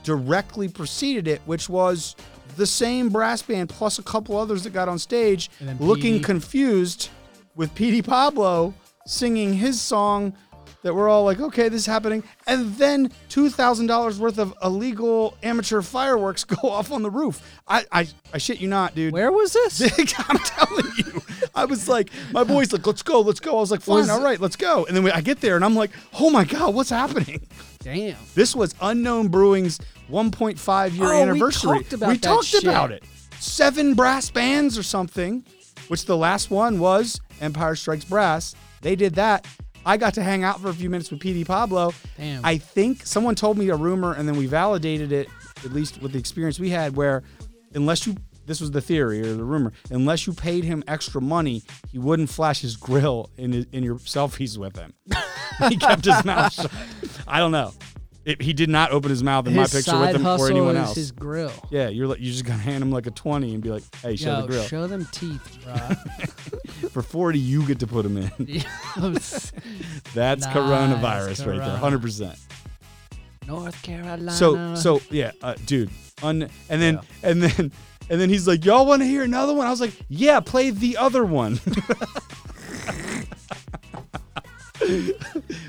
Speaker 2: directly preceded it, which was the same brass band plus a couple others that got on stage
Speaker 1: And then
Speaker 2: looking
Speaker 1: PD.
Speaker 2: confused with Petey Pablo singing his song that we're all like, okay, this is happening. And then $2,000 worth of illegal amateur fireworks go off on the roof. I, I, I shit you not, dude.
Speaker 1: Where was this?
Speaker 2: I'm telling you, I was like, my boys like, let's go, let's go. I was like, fine,
Speaker 1: Was-
Speaker 2: all right, let's go. And then we, I get there and I'm like, oh my god, what's happening?
Speaker 1: Damn.
Speaker 2: This was Unknown Brewing's 1.5 year
Speaker 1: Oh, we
Speaker 2: anniversary.
Speaker 1: talked about
Speaker 2: We
Speaker 1: that
Speaker 2: talked
Speaker 1: shit.
Speaker 2: about it. Seven brass bands or something, which the last one was Empire Strikes Brass. They did that. I got to hang out for a few minutes with PD Pablo.
Speaker 1: Damn.
Speaker 2: I think someone told me a rumor and then we validated it, at least with the experience we had, where unless you, this was the theory or the rumor, unless you paid him extra money, he wouldn't flash his grill in, his, in your selfies with him. he kept his mouth shut. I don't know. It, he did not open his mouth in my
Speaker 1: his
Speaker 2: picture
Speaker 1: side
Speaker 2: with him
Speaker 1: hustle
Speaker 2: or anyone
Speaker 1: is
Speaker 2: else.
Speaker 1: his grill.
Speaker 2: yeah, you're like, you just gotta hand him like a twenty and be like, "Hey, show
Speaker 1: Yo,
Speaker 2: the grill."
Speaker 1: show them teeth, bro.
Speaker 2: For forty, you get to put him in. That's
Speaker 1: Nice,
Speaker 2: coronavirus right there,
Speaker 1: corona.
Speaker 2: hundred percent.
Speaker 1: North Carolina.
Speaker 2: So, so yeah, uh, dude. Un- and then, and then, and then he's like, "Y'all want to hear another one?" I was like, "Yeah, play the other one."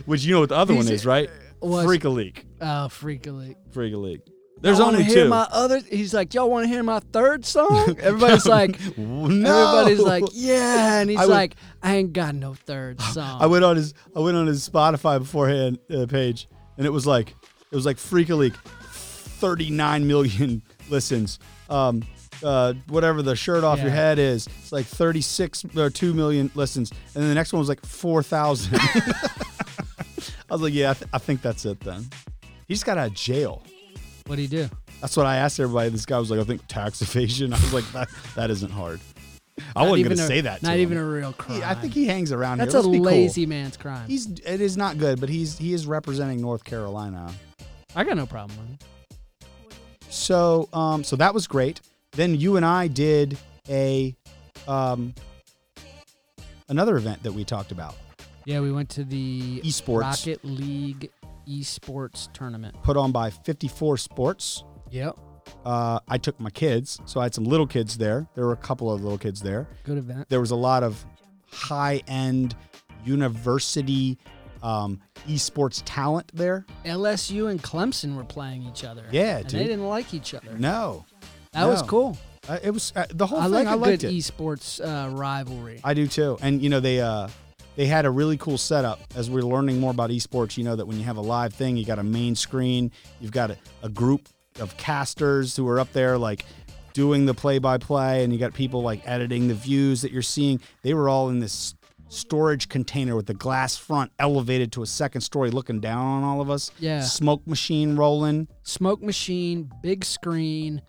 Speaker 2: Which you know what the other
Speaker 1: He's-
Speaker 2: one is, right?
Speaker 1: was-
Speaker 2: Freak a leak.
Speaker 1: Oh, freakily.
Speaker 2: Freak a leak. There's
Speaker 1: Y'all wanna
Speaker 2: only
Speaker 1: hear
Speaker 2: two.
Speaker 1: My other, he's like, y'all want to hear my third song? Everybody's like,
Speaker 2: no.
Speaker 1: everybody's like, yeah, and he's
Speaker 2: I would-
Speaker 1: like, I ain't got no third song.
Speaker 2: I went on his I went on his Spotify beforehand uh, page, and it was like it was like freak a leak, thirty nine million listens. Um, uh, whatever the shirt off your
Speaker 1: Yeah.
Speaker 2: head is, it's like thirty six or two million listens, and then the next one was like four thousand. I was like, yeah, I, th- I think that's it then. He just got out of jail.
Speaker 1: What'd he do?
Speaker 2: That's what I asked everybody. This guy was like, I think tax evasion. I was like, that, that isn't hard. I
Speaker 1: Not
Speaker 2: wasn't
Speaker 1: even
Speaker 2: gonna
Speaker 1: a-
Speaker 2: say that. to
Speaker 1: Not
Speaker 2: him.
Speaker 1: even a real crime.
Speaker 2: He- I think he hangs around
Speaker 1: that's
Speaker 2: here.
Speaker 1: a
Speaker 2: Let's be cool.
Speaker 1: lazy man's crime.
Speaker 2: He's it is not good, but he's he is representing North Carolina.
Speaker 1: I got no problem with it.
Speaker 2: So um so that was great. Then you and I did a um another event that we talked about.
Speaker 1: Yeah, we went to the
Speaker 2: Esports.
Speaker 1: Rocket League esports tournament.
Speaker 2: Put on by 54 Sports.
Speaker 1: Yep,
Speaker 2: Uh, I took my kids, so I had some little kids there. There were a couple of little kids there.
Speaker 1: good event.
Speaker 2: There was a lot of high-end university um, esports talent there.
Speaker 1: LSU and Clemson were playing each other.
Speaker 2: Yeah,
Speaker 1: and
Speaker 2: dude.
Speaker 1: they didn't like each other.
Speaker 2: No,
Speaker 1: that was
Speaker 2: no.
Speaker 1: cool.
Speaker 2: uh, it was uh, the whole
Speaker 1: I
Speaker 2: thing.
Speaker 1: like
Speaker 2: I
Speaker 1: a
Speaker 2: liked
Speaker 1: good
Speaker 2: it.
Speaker 1: esports uh, rivalry.
Speaker 2: I do too. And you know they uh they had a really cool setup as we're learning more about esports. You know that when you have a live thing, you got a main screen, you've got a, a group of casters who are up there like doing the play by play, and you got people like editing the views that you're seeing. They were all in this storage container with the glass front elevated to a second story, looking down on all of us.
Speaker 1: Yeah.
Speaker 2: smoke machine rolling.
Speaker 1: Smoke machine, big screen,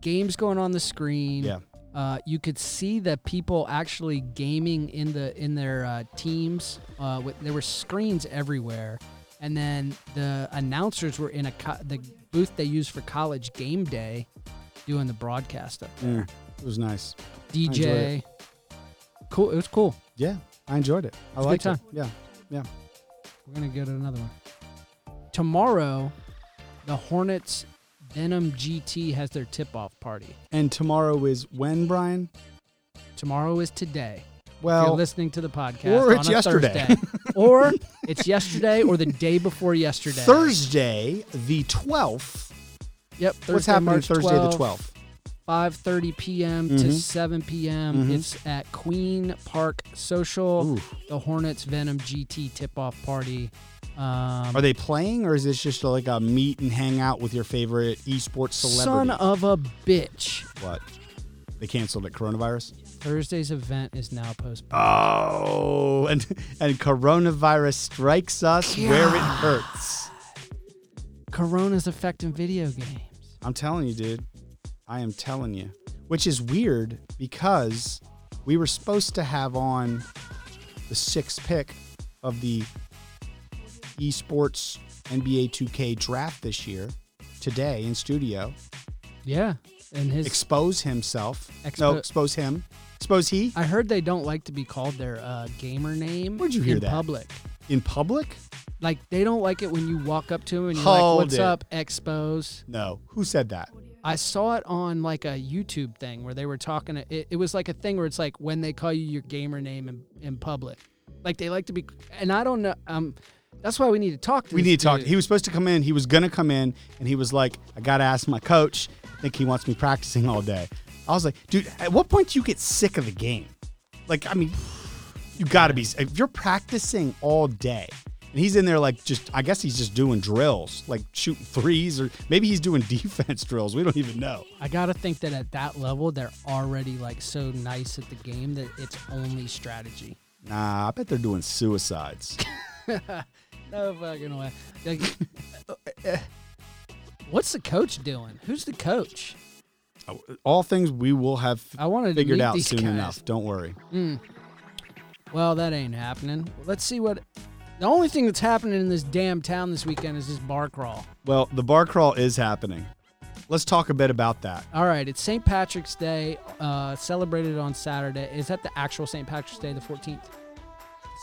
Speaker 1: games going on the screen.
Speaker 2: Yeah.
Speaker 1: Uh, you could see the people actually gaming in the in their uh, teams. Uh, with, there were screens everywhere, and then the announcers were in a co- the booth they use for college game day, doing the broadcast up there.
Speaker 2: Mm, it was nice. enjoyed
Speaker 1: DJ, cool. It was cool.
Speaker 2: Yeah, I enjoyed it. I
Speaker 1: was a good
Speaker 2: liked
Speaker 1: time.
Speaker 2: it. Yeah, yeah.
Speaker 1: We're gonna go to another one tomorrow. The Hornets Venom GT has their tip-off party.
Speaker 2: And tomorrow is when, Brian?
Speaker 1: Tomorrow is today. if
Speaker 2: Well,
Speaker 1: you're listening to the podcast,
Speaker 2: or it's
Speaker 1: on a
Speaker 2: yesterday.
Speaker 1: Thursday. or it's yesterday, or the day before yesterday.
Speaker 2: Thursday, the 12th.
Speaker 1: Yep. Thursday,
Speaker 2: What's happening
Speaker 1: March
Speaker 2: Thursday,
Speaker 1: 12th,
Speaker 2: the 12th?
Speaker 1: 5:30 p.m. to
Speaker 2: Mhm.
Speaker 1: 7 p.m.
Speaker 2: Mhm.
Speaker 1: It's at Queen Park Social,
Speaker 2: Ooh.
Speaker 1: the Hornets Venom GT tip-off party. Um,
Speaker 2: Are they playing, or is this just like a meet and hang out with your favorite esports celebrity?
Speaker 1: son of a bitch!
Speaker 2: what? They canceled it. Coronavirus.
Speaker 1: Thursday's event is now postponed.
Speaker 2: Oh, and and coronavirus strikes us where it hurts.
Speaker 1: Corona's affecting video games.
Speaker 2: I'm telling you, dude. I am telling you. Which is weird because we were supposed to have on the sixth pick of the esports NBA 2K draft this year today in studio.
Speaker 1: Yeah, and his.
Speaker 2: Expose himself. no,
Speaker 1: Expo-
Speaker 2: expose him. Expose he
Speaker 1: I heard they don't like to be called their uh, gamer name.
Speaker 2: Where'd you hear
Speaker 1: in
Speaker 2: that?
Speaker 1: Public.
Speaker 2: in public?
Speaker 1: Like they don't like it when you walk up to them and you're
Speaker 2: Hold
Speaker 1: like, "What's
Speaker 2: it.
Speaker 1: up, expos?"
Speaker 2: No. Who said that?
Speaker 1: I saw it on like a YouTube thing where they were talking. It, it was like a thing where it's like when they call you your gamer name in, in public, like they like to be. And I don't know. Um, that's why we need to talk. to
Speaker 2: We
Speaker 1: this
Speaker 2: need to talk.
Speaker 1: dude.
Speaker 2: He was supposed to come in. He was going to come in, and he was like, I got to ask my coach. I think he wants me practicing all day. I was like, dude, at what point do you get sick of the game? Like, I mean, you got to be, if you're practicing all day, and he's in there like just, I guess he's just doing drills, like shooting threes, or maybe he's doing defense drills. We don't even know.
Speaker 1: I gotta think that at that level, they're already like so nice at the game that it's only strategy.
Speaker 2: Nah, I bet they're doing suicides.
Speaker 1: No fucking way. Like, uh, uh, what's the coach doing? Who's the coach?
Speaker 2: Oh, all things we will have
Speaker 1: I wanted to
Speaker 2: figured
Speaker 1: meet
Speaker 2: out
Speaker 1: these
Speaker 2: soon
Speaker 1: guys.
Speaker 2: enough. Don't worry.
Speaker 1: Well, that ain't happening. Let's see what. The only thing that's happening in this damn town this weekend is this bar crawl.
Speaker 2: Well, the bar crawl is happening. Let's talk a bit about that.
Speaker 1: All right, it's St. Patrick's Day, uh, celebrated on Saturday. Is that the actual St. Patrick's Day, the 14th?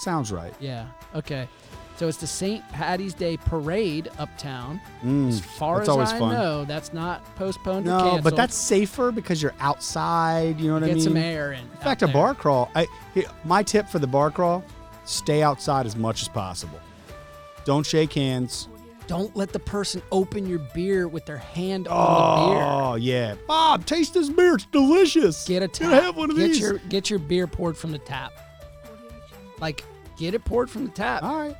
Speaker 2: Sounds right.
Speaker 1: Yeah. Okay. So it's the St. Patty's Day parade uptown. as far
Speaker 2: Mm, that's
Speaker 1: as
Speaker 2: always
Speaker 1: I
Speaker 2: fun.
Speaker 1: know, that's not postponed or
Speaker 2: No,
Speaker 1: canceled.
Speaker 2: but that's safer because you're outside. You know what
Speaker 1: get
Speaker 2: I mean?
Speaker 1: some air in.
Speaker 2: in fact, a bar crawl. I here- my tip for the bar crawl: Stay outside as much as possible. Don't shake hands.
Speaker 1: Don't let the person open your beer with their hand on the beer.
Speaker 2: Oh, yeah. Bob, taste this beer. It's delicious.
Speaker 1: Get a tap.
Speaker 2: Gotta have one of
Speaker 1: get
Speaker 2: these.
Speaker 1: Your, get your beer poured from the tap. Like, get it poured from the tap.
Speaker 2: All right.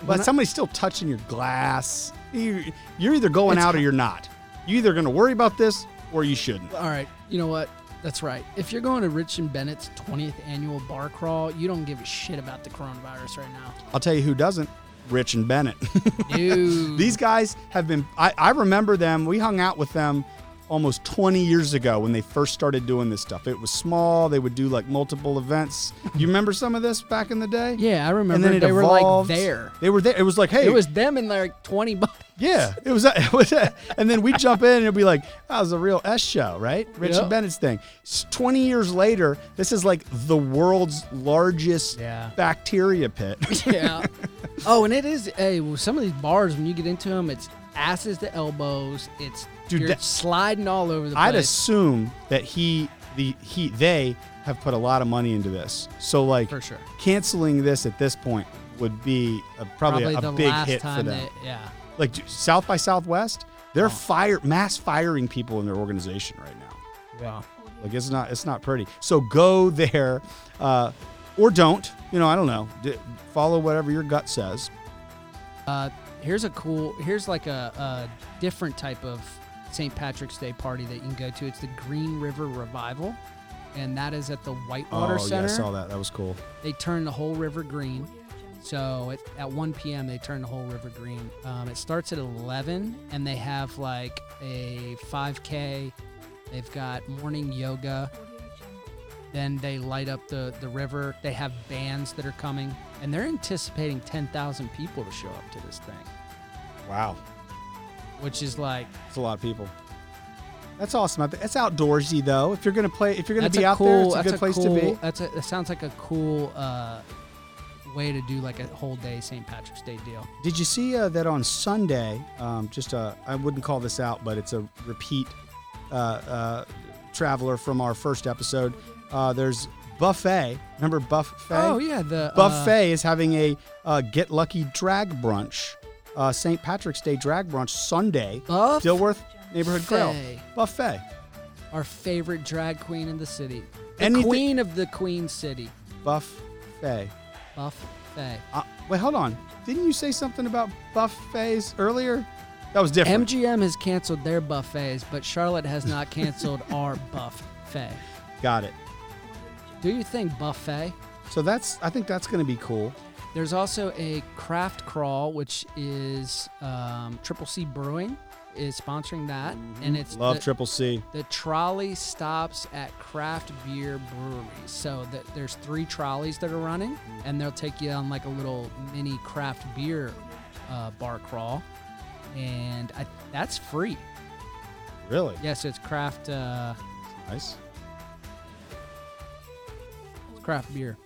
Speaker 1: When
Speaker 2: But
Speaker 1: I-
Speaker 2: somebody's still touching your glass. You're, you're either going
Speaker 1: It's
Speaker 2: out or
Speaker 1: hot.
Speaker 2: you're not. You're either going to worry about this or you shouldn't.
Speaker 1: All right. You know what? That's right. If you're going to Rich and Bennett's 20th annual bar crawl, you don't give a shit about the coronavirus right now.
Speaker 2: I'll tell you who doesn't Rich and Bennett.
Speaker 1: Dude.
Speaker 2: These guys have been, I, I remember them. We hung out with them almost 20 years ago when they first started doing this stuff. It was small, they would do like multiple events. You remember some of this back in the day?
Speaker 1: yeah, I remember
Speaker 2: And then it
Speaker 1: they
Speaker 2: evolved.
Speaker 1: were like there.
Speaker 2: They were there. It was like, hey,
Speaker 1: It was them and like 20 bucks.
Speaker 2: Yeah, it was, it was- and then we jump in and it'll be like, that was a real S show, right? Richard
Speaker 1: Yeah.
Speaker 2: Bennett's thing. S- 20 years later, this is like the world's largest
Speaker 1: Yeah.
Speaker 2: bacteria pit.
Speaker 1: yeah. Oh, and it is. Hey, well, some of these bars when you get into them, it's asses to elbows. It's
Speaker 2: Dude,
Speaker 1: you're
Speaker 2: that-
Speaker 1: sliding all over the place.
Speaker 2: I'd assume that he, the he, they have put a lot of money into this. So like,
Speaker 1: for sure.
Speaker 2: canceling this at this point would be a, probably,
Speaker 1: Probably
Speaker 2: a,
Speaker 1: the
Speaker 2: big
Speaker 1: last
Speaker 2: hit for
Speaker 1: time
Speaker 2: them.
Speaker 1: that. Oh. Yeah.
Speaker 2: like dude, South by Southwest, they're fire mass firing people in their organization right now.
Speaker 1: Yeah.
Speaker 2: Like it's not it's not pretty. So go there, uh, or don't. You know I don't know. D- follow whatever your gut says.
Speaker 1: Uh, here's a cool. Here's like a, a different type of St. Patrick's Day party that you can go to. It's the Green River Revival, and that is at the Whitewater
Speaker 2: oh yeah, I
Speaker 1: Center.
Speaker 2: saw that. That was cool.
Speaker 1: They turn the whole river green. So it, at 1 p.m. they turn the whole river green. Um, it starts at 11, and they have like a 5K. They've got morning yoga. Then they light up the the river. They have bands that are coming, and they're anticipating 10,000 people to show up to this thing,
Speaker 2: Wow,
Speaker 1: which is like
Speaker 2: it's a lot of people. That's awesome. I thi- It's outdoorsy though. If you're gonna play, if you're gonna
Speaker 1: that's
Speaker 2: be
Speaker 1: a
Speaker 2: out
Speaker 1: cool.
Speaker 2: there, it's a
Speaker 1: that's
Speaker 2: good place
Speaker 1: cool, uh,
Speaker 2: to be.
Speaker 1: That's a, that sounds like a cool uh, way to do like a whole day St. Patrick's Day deal.
Speaker 2: Did you see uh, that on Sunday? Um, just a, I wouldn't call this out, but it's a repeat uh, uh, traveler from our first episode. Uh, there's buffet. Remember buffet?
Speaker 1: Oh yeah, the uh,
Speaker 2: Buffet is having a uh, Get Lucky Drag Brunch, uh, St. Patrick's Day Drag Brunch Sunday,
Speaker 1: Buff-
Speaker 2: Dilworth Neighborhood Grill.
Speaker 1: Buffet.
Speaker 2: Buffet.
Speaker 1: our favorite drag queen in the city. The
Speaker 2: Anything-
Speaker 1: queen of the queen city.
Speaker 2: Buffet.
Speaker 1: Buffet.
Speaker 2: Uh, wait, hold on. Didn't you say something about buffets earlier? That was different.
Speaker 1: MGM has canceled their buffets, but Charlotte has not canceled our buffet.
Speaker 2: Got it.
Speaker 1: Do you think buffet?
Speaker 2: So that's. I think that's going to be cool.
Speaker 1: There's also a craft crawl, which is um, Triple C Brewing is sponsoring that, and it's
Speaker 2: Love
Speaker 1: the,
Speaker 2: Triple C.
Speaker 1: the trolley stops at craft beer breweries. So that there's three trolleys that are running, and they'll take you on like a little mini craft beer uh, bar crawl, and I, that's free.
Speaker 2: Really?
Speaker 1: Yeah, so it's craft uh,
Speaker 2: Nice.
Speaker 1: it's craft beer.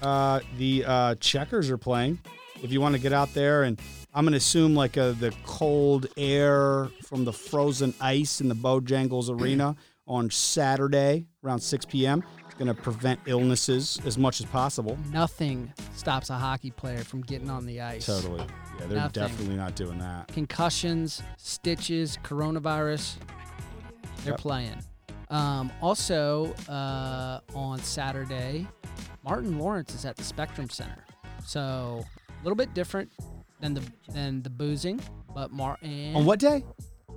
Speaker 2: Uh, the uh, checkers are playing. If you want to get out there and I'm gonna assume like uh the cold air from the frozen ice in the Bojangles Arena on Saturday around 6 p.m. It's gonna prevent illnesses as much as possible.
Speaker 1: Nothing stops a hockey player from getting on the ice.
Speaker 2: Totally. Yeah, they're
Speaker 1: Nothing.
Speaker 2: definitely not doing that.
Speaker 1: concussions, stitches, coronavirus. They're
Speaker 2: Yep.
Speaker 1: playing. Um, also, uh, on Saturday, Martin Lawrence is at the Spectrum Center. So a little bit different than the than the boozing, but Martin
Speaker 2: On what day?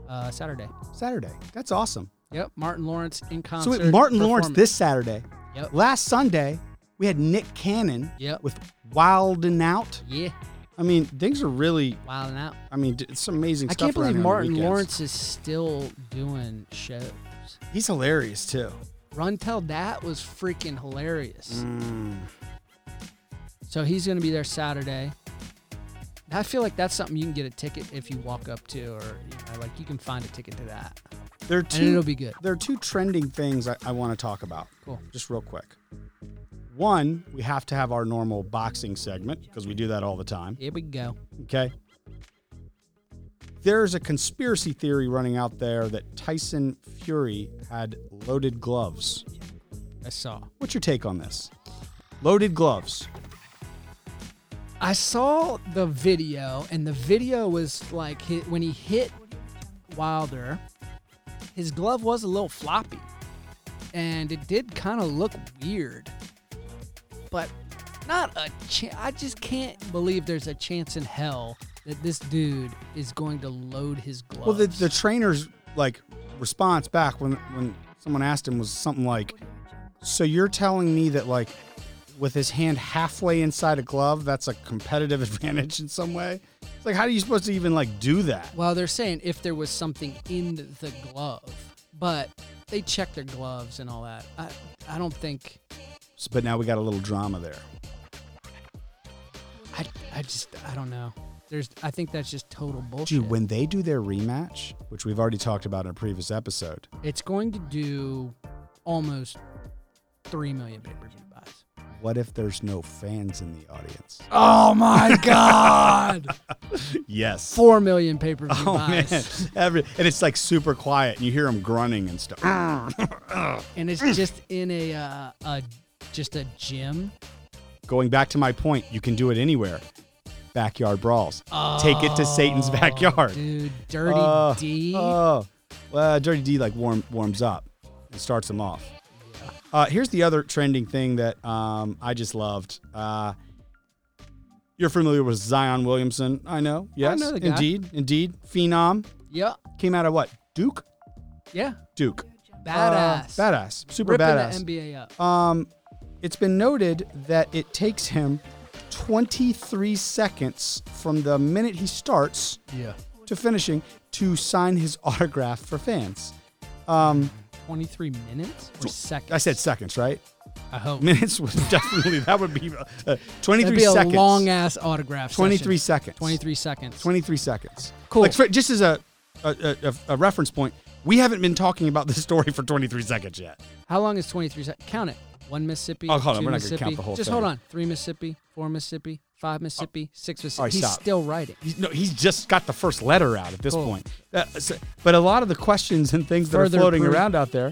Speaker 1: uh, Saturday?
Speaker 2: Saturday. That's awesome.
Speaker 1: Yep, Martin Lawrence in
Speaker 2: So
Speaker 1: concert.
Speaker 2: wait, Martin Lawrence
Speaker 1: performance.
Speaker 2: this Saturday.
Speaker 1: Yep.
Speaker 2: Last Sunday we had Nick Cannon
Speaker 1: Yep.
Speaker 2: with Wild and Out.
Speaker 1: Yeah,
Speaker 2: I mean, things are really
Speaker 1: wilding out.
Speaker 2: I mean, d- it's some amazing
Speaker 1: I
Speaker 2: stuff.
Speaker 1: can't
Speaker 2: around
Speaker 1: believe
Speaker 2: here on the
Speaker 1: Martin
Speaker 2: weekends.
Speaker 1: Lawrence is still doing shows.
Speaker 2: He's hilarious too.
Speaker 1: Run Tell That was freaking hilarious. Mm. So he's going to be there Saturday. I feel like that's something you can get a ticket if you walk up to, or you know, like you can find a ticket to that,
Speaker 2: There are
Speaker 1: and it'll
Speaker 2: two.
Speaker 1: be good.
Speaker 2: there are two trending things I, I want to talk about.
Speaker 1: Cool.
Speaker 2: Just real quick. One, we have to have our normal boxing segment because we do that all the time.
Speaker 1: Here we go.
Speaker 2: Okay. There's a conspiracy theory running out there that Tyson Fury had loaded gloves.
Speaker 1: I saw.
Speaker 2: What's your take on this? Loaded gloves.
Speaker 1: I saw the video, and the video was like hit, when he hit Wilder, his glove was a little floppy, and it did kind of look weird. But not a chance. I just can't believe there's a chance in hell that this dude is going to load his gloves.
Speaker 2: Well, the, the trainer's like response back when when someone asked him was something like, "So you're telling me that like with his hand halfway inside a glove, that's a competitive advantage in some way?" It's like, how are you supposed to even like do that?
Speaker 1: Well, they're saying if there was something in the glove, but they check their gloves and all that. I, I don't think.
Speaker 2: S- But now we got a little drama there.
Speaker 1: I, I just I don't know. There's I think that's just total bullshit.
Speaker 2: Dude, when they do their rematch, which we've already talked about in a previous episode,
Speaker 1: it's going to do almost three million pay per view buys.
Speaker 2: what if there's no fans in the audience?
Speaker 1: Oh my god!
Speaker 2: Yes.
Speaker 1: Four million pay per view
Speaker 2: Oh
Speaker 1: buys,
Speaker 2: man, Every, and it's like super quiet, and you hear them grunting and stuff.
Speaker 1: Ah. and it's just in a uh, a just a gym.
Speaker 2: Going back to my point, you can do it anywhere. Backyard brawls. Take it to Satan's
Speaker 1: Oh,
Speaker 2: backyard.
Speaker 1: dude. Dirty
Speaker 2: Oh,
Speaker 1: D.
Speaker 2: Oh, well, Dirty D like warm, warms up and starts them off. Uh, here's the other trending thing that um, I just loved. Uh, you're familiar with Zion Williamson, I know. Yes,
Speaker 1: know the guy.
Speaker 2: indeed, indeed. Phenom
Speaker 1: yeah,
Speaker 2: came out of what? Duke,
Speaker 1: yeah,
Speaker 2: Duke. Uh,
Speaker 1: badass.
Speaker 2: badass, super
Speaker 1: Ripping
Speaker 2: badass.
Speaker 1: the NBA up.
Speaker 2: Um, it's been noted that it takes him 23 seconds from the minute he starts
Speaker 1: Yeah.
Speaker 2: to finishing to sign his autograph for fans.
Speaker 1: 23 minutes or seconds?
Speaker 2: I said seconds, right?
Speaker 1: I hope.
Speaker 2: Minutes would definitely that would be uh, 23
Speaker 1: That'd be a
Speaker 2: seconds.
Speaker 1: long ass autograph.
Speaker 2: 23
Speaker 1: session.
Speaker 2: seconds.
Speaker 1: 23 seconds.
Speaker 2: 23 seconds.
Speaker 1: Cool.
Speaker 2: Like for, just as a a, a a reference point, we haven't been talking about this story for 23 seconds yet.
Speaker 1: How long is 23 seconds? Count it. One Mississippi.
Speaker 2: Oh, hold on.
Speaker 1: two
Speaker 2: We're not gonna
Speaker 1: Mississippi.
Speaker 2: count the whole
Speaker 1: Just
Speaker 2: thing.
Speaker 1: hold on. Three Mississippi, four Mississippi, five Mississippi, six Mississippi.
Speaker 2: All right,
Speaker 1: He's
Speaker 2: stop.
Speaker 1: still writing.
Speaker 2: He's, no, he's just got the first letter out at this
Speaker 1: Cool.
Speaker 2: point. Uh, so- but a lot of the questions and things that
Speaker 1: Further
Speaker 2: are floating
Speaker 1: proof.
Speaker 2: around out there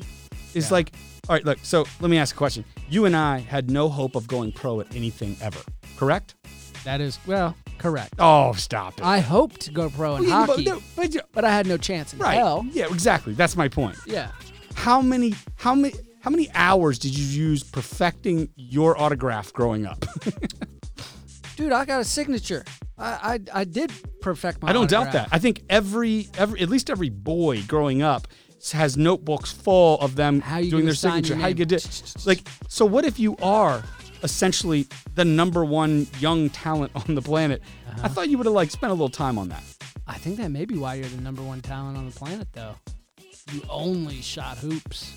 Speaker 2: is
Speaker 1: Yeah.
Speaker 2: like, all right, look. So let me ask a question. You and I had no hope of going pro at anything ever, correct?
Speaker 1: That is, well, correct.
Speaker 2: Oh, stop it.
Speaker 1: I hoped to go pro in
Speaker 2: Well, yeah, but-
Speaker 1: hockey,
Speaker 2: no, but you-
Speaker 1: but I had no chance in
Speaker 2: right.
Speaker 1: hell.
Speaker 2: Yeah, exactly. That's my point.
Speaker 1: Yeah.
Speaker 2: How many? How many? How many hours did you use perfecting your autograph growing up?
Speaker 1: Dude, I got a signature. I, I, I did perfect my
Speaker 2: I don't doubt
Speaker 1: autograph.
Speaker 2: that. I think every every at least every boy growing up has notebooks full of them
Speaker 1: How you
Speaker 2: doing
Speaker 1: gonna
Speaker 2: their
Speaker 1: sign
Speaker 2: signature.
Speaker 1: your
Speaker 2: How you
Speaker 1: name?
Speaker 2: could do like so? What if you are essentially the number one young talent on the planet?
Speaker 1: Uh-huh.
Speaker 2: I thought you would have like spent a little time on that.
Speaker 1: I think that may be why you're the number one talent on the planet, though. You only shot hoops.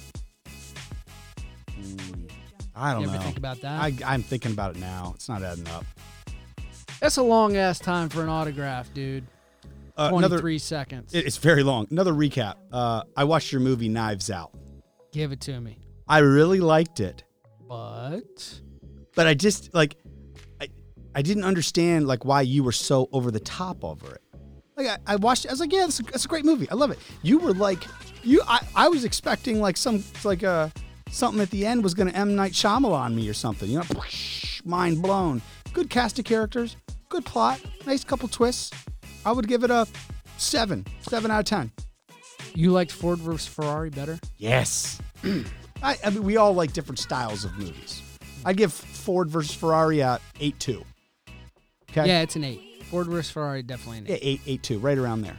Speaker 2: I don't
Speaker 1: You ever
Speaker 2: know.
Speaker 1: think about that?
Speaker 2: Oh, I, I'm thinking about it now. It's not adding up.
Speaker 1: That's a long ass time for an autograph, dude.
Speaker 2: Uh,
Speaker 1: 23
Speaker 2: another
Speaker 1: seconds.
Speaker 2: It- It's very long. Another recap. Uh, I watched your movie Knives Out.
Speaker 1: Give it to me.
Speaker 2: I really liked it,
Speaker 1: But
Speaker 2: but I just like I I didn't understand like why you were so over the top over it. Like I, I watched, it, I was like, yeah, that's a, that's a great movie. I love it. You were like, you I, I was expecting like some like uh something at the end was gonna M Night Shyamalan me or something. You know, mind blown. Good cast of characters, good plot, nice couple twists. I would give it a seven, seven out of ten.
Speaker 1: you liked Ford versus Ferrari better?
Speaker 2: Yes. I, I mean, we all like different styles of movies. I'd give Ford versus Ferrari a 8 2. Okay?
Speaker 1: Yeah, it's an 8. Ford versus Ferrari, definitely an 8.
Speaker 2: Yeah, 8 8 2, right around there.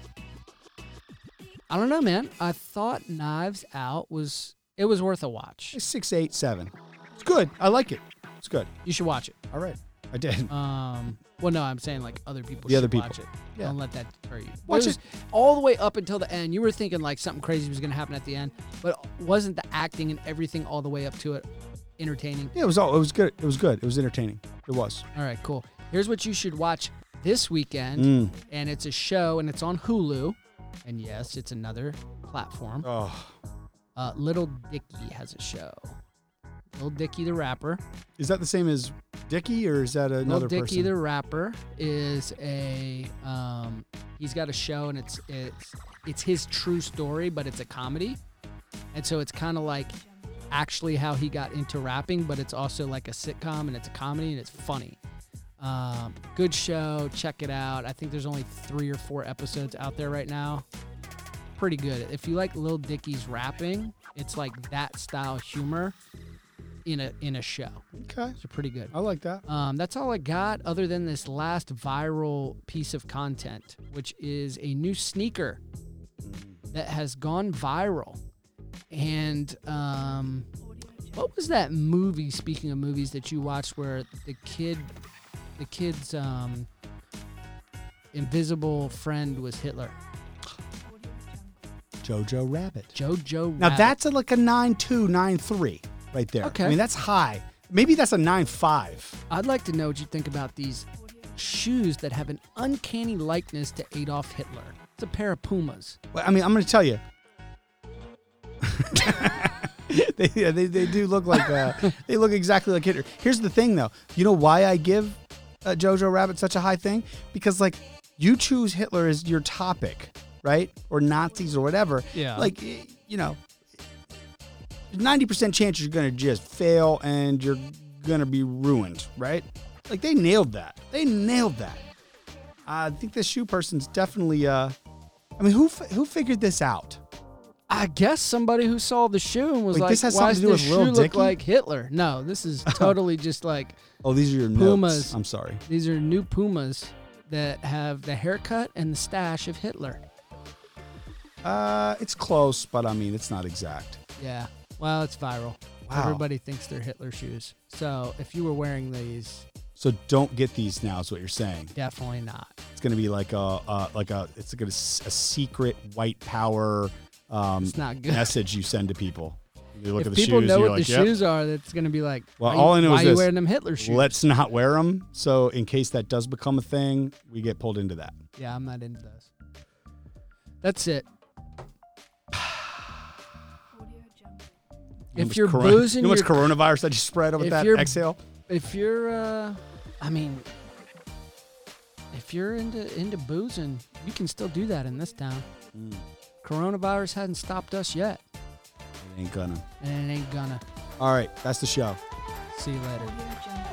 Speaker 1: I don't know, man. I thought Knives Out was, it was worth a watch.
Speaker 2: It's 6 8 7. It's good. I like it. It's good.
Speaker 1: You should watch it.
Speaker 2: All right. I did.
Speaker 1: Um, well, no, I'm saying like other people
Speaker 2: The
Speaker 1: should
Speaker 2: other people.
Speaker 1: watch it.
Speaker 2: Yeah.
Speaker 1: Don't let that hurt you.
Speaker 2: Watch
Speaker 1: It was all the way up until the end. You were thinking like something crazy was going to happen at the end, but wasn't the acting and everything all the way up to it entertaining?
Speaker 2: Yeah, it was all. It was good. It was good. It was entertaining. It was.
Speaker 1: All right, cool. Here's what you should watch this weekend,
Speaker 2: Mm.
Speaker 1: and it's a show, and it's on Hulu, and yes, it's another platform.
Speaker 2: Oh.
Speaker 1: Uh, Little Dicky has a show. Little Dicky the rapper.
Speaker 2: Is that the same as Dickie or is that
Speaker 1: Little
Speaker 2: another
Speaker 1: Dicky
Speaker 2: person?
Speaker 1: the rapper is a um, he's got a show, and it's it's it's his true story, but it's a comedy, and so it's kind of like actually how he got into rapping, but it's also like a sitcom, and it's a comedy, and it's funny. Um, good show. Check it out. I think there's only three or four episodes out there right now. Pretty good. If you like Lil Dicky's rapping, it's like that style humor in a in a show.
Speaker 2: Okay.
Speaker 1: So pretty good.
Speaker 2: I like that.
Speaker 1: Um, that's all I got, other than this last viral piece of content, which is a new sneaker that has gone viral. And um, what was that movie? Speaking of movies that you watched, where the kid, the kid's um, invisible friend was Hitler,
Speaker 2: Jojo Rabbit.
Speaker 1: Jojo.
Speaker 2: Now
Speaker 1: Rabbit.
Speaker 2: that's a, like a nine two, nine three right there.
Speaker 1: Okay.
Speaker 2: I mean that's high. Maybe that's a nine five.
Speaker 1: I'd like to know what you think about these shoes that have an uncanny likeness to Adolf Hitler. It's a pair of Pumas.
Speaker 2: Well, I mean, I'm going to tell you. they, yeah, they they do look like uh, they look exactly like Hitler. Here's the thing, though. You know why I give uh, Jojo Rabbit such a high thing? Because like you choose Hitler as your topic, right? Or Nazis or whatever.
Speaker 1: Yeah.
Speaker 2: Like y- you know, ninety percent chance you're going to just fail and you're going to be ruined, right? Like they nailed that. They nailed that. I think this shoe person's definitely. Uh, I mean, who f- who figured this out?
Speaker 1: I guess somebody who saw the shoe and was
Speaker 2: Wait,
Speaker 1: like,
Speaker 2: this has
Speaker 1: "Why
Speaker 2: something to
Speaker 1: does
Speaker 2: do
Speaker 1: this
Speaker 2: with
Speaker 1: shoe
Speaker 2: Lil
Speaker 1: look
Speaker 2: Dicky?
Speaker 1: like Hitler?" No, this is totally just like
Speaker 2: Oh, these are your notes.
Speaker 1: Pumas.
Speaker 2: I'm sorry.
Speaker 1: these are new Pumas that have the haircut and the stash of Hitler.
Speaker 2: Uh, it's close, but I mean, it's not exact.
Speaker 1: Yeah, well, it's viral.
Speaker 2: Wow.
Speaker 1: Everybody thinks they're Hitler shoes. So if you were wearing these,
Speaker 2: So don't get these now. Is what you're saying?
Speaker 1: definitely not.
Speaker 2: It's gonna be like a uh, like a it's like a, s- a secret white power um,
Speaker 1: It's not good.
Speaker 2: message you send to people. You look
Speaker 1: if
Speaker 2: at the
Speaker 1: people
Speaker 2: shoes.
Speaker 1: know
Speaker 2: and
Speaker 1: what
Speaker 2: you're like,
Speaker 1: the
Speaker 2: yep,
Speaker 1: shoes are, that's gonna be like,
Speaker 2: Well,
Speaker 1: why
Speaker 2: all
Speaker 1: you,
Speaker 2: I know
Speaker 1: why
Speaker 2: is
Speaker 1: you
Speaker 2: this.
Speaker 1: wearing them Hitler shoes?
Speaker 2: let's not wear them. So in case that does become a thing, we get pulled into that.
Speaker 1: Yeah, I'm not into those. That's it.
Speaker 2: You know how
Speaker 1: if
Speaker 2: much
Speaker 1: you're
Speaker 2: coron-
Speaker 1: boozing
Speaker 2: you know how
Speaker 1: your
Speaker 2: much coronavirus that you spread with
Speaker 1: if
Speaker 2: that
Speaker 1: you're-
Speaker 2: exhale.
Speaker 1: if you're uh i mean if you're into into boozing you can still do that in this town coronavirus hasn't stopped us yet
Speaker 2: Ain't gonna.
Speaker 1: and it ain't gonna
Speaker 2: All right, that's the show.
Speaker 1: see you later
Speaker 3: Audio Jungle.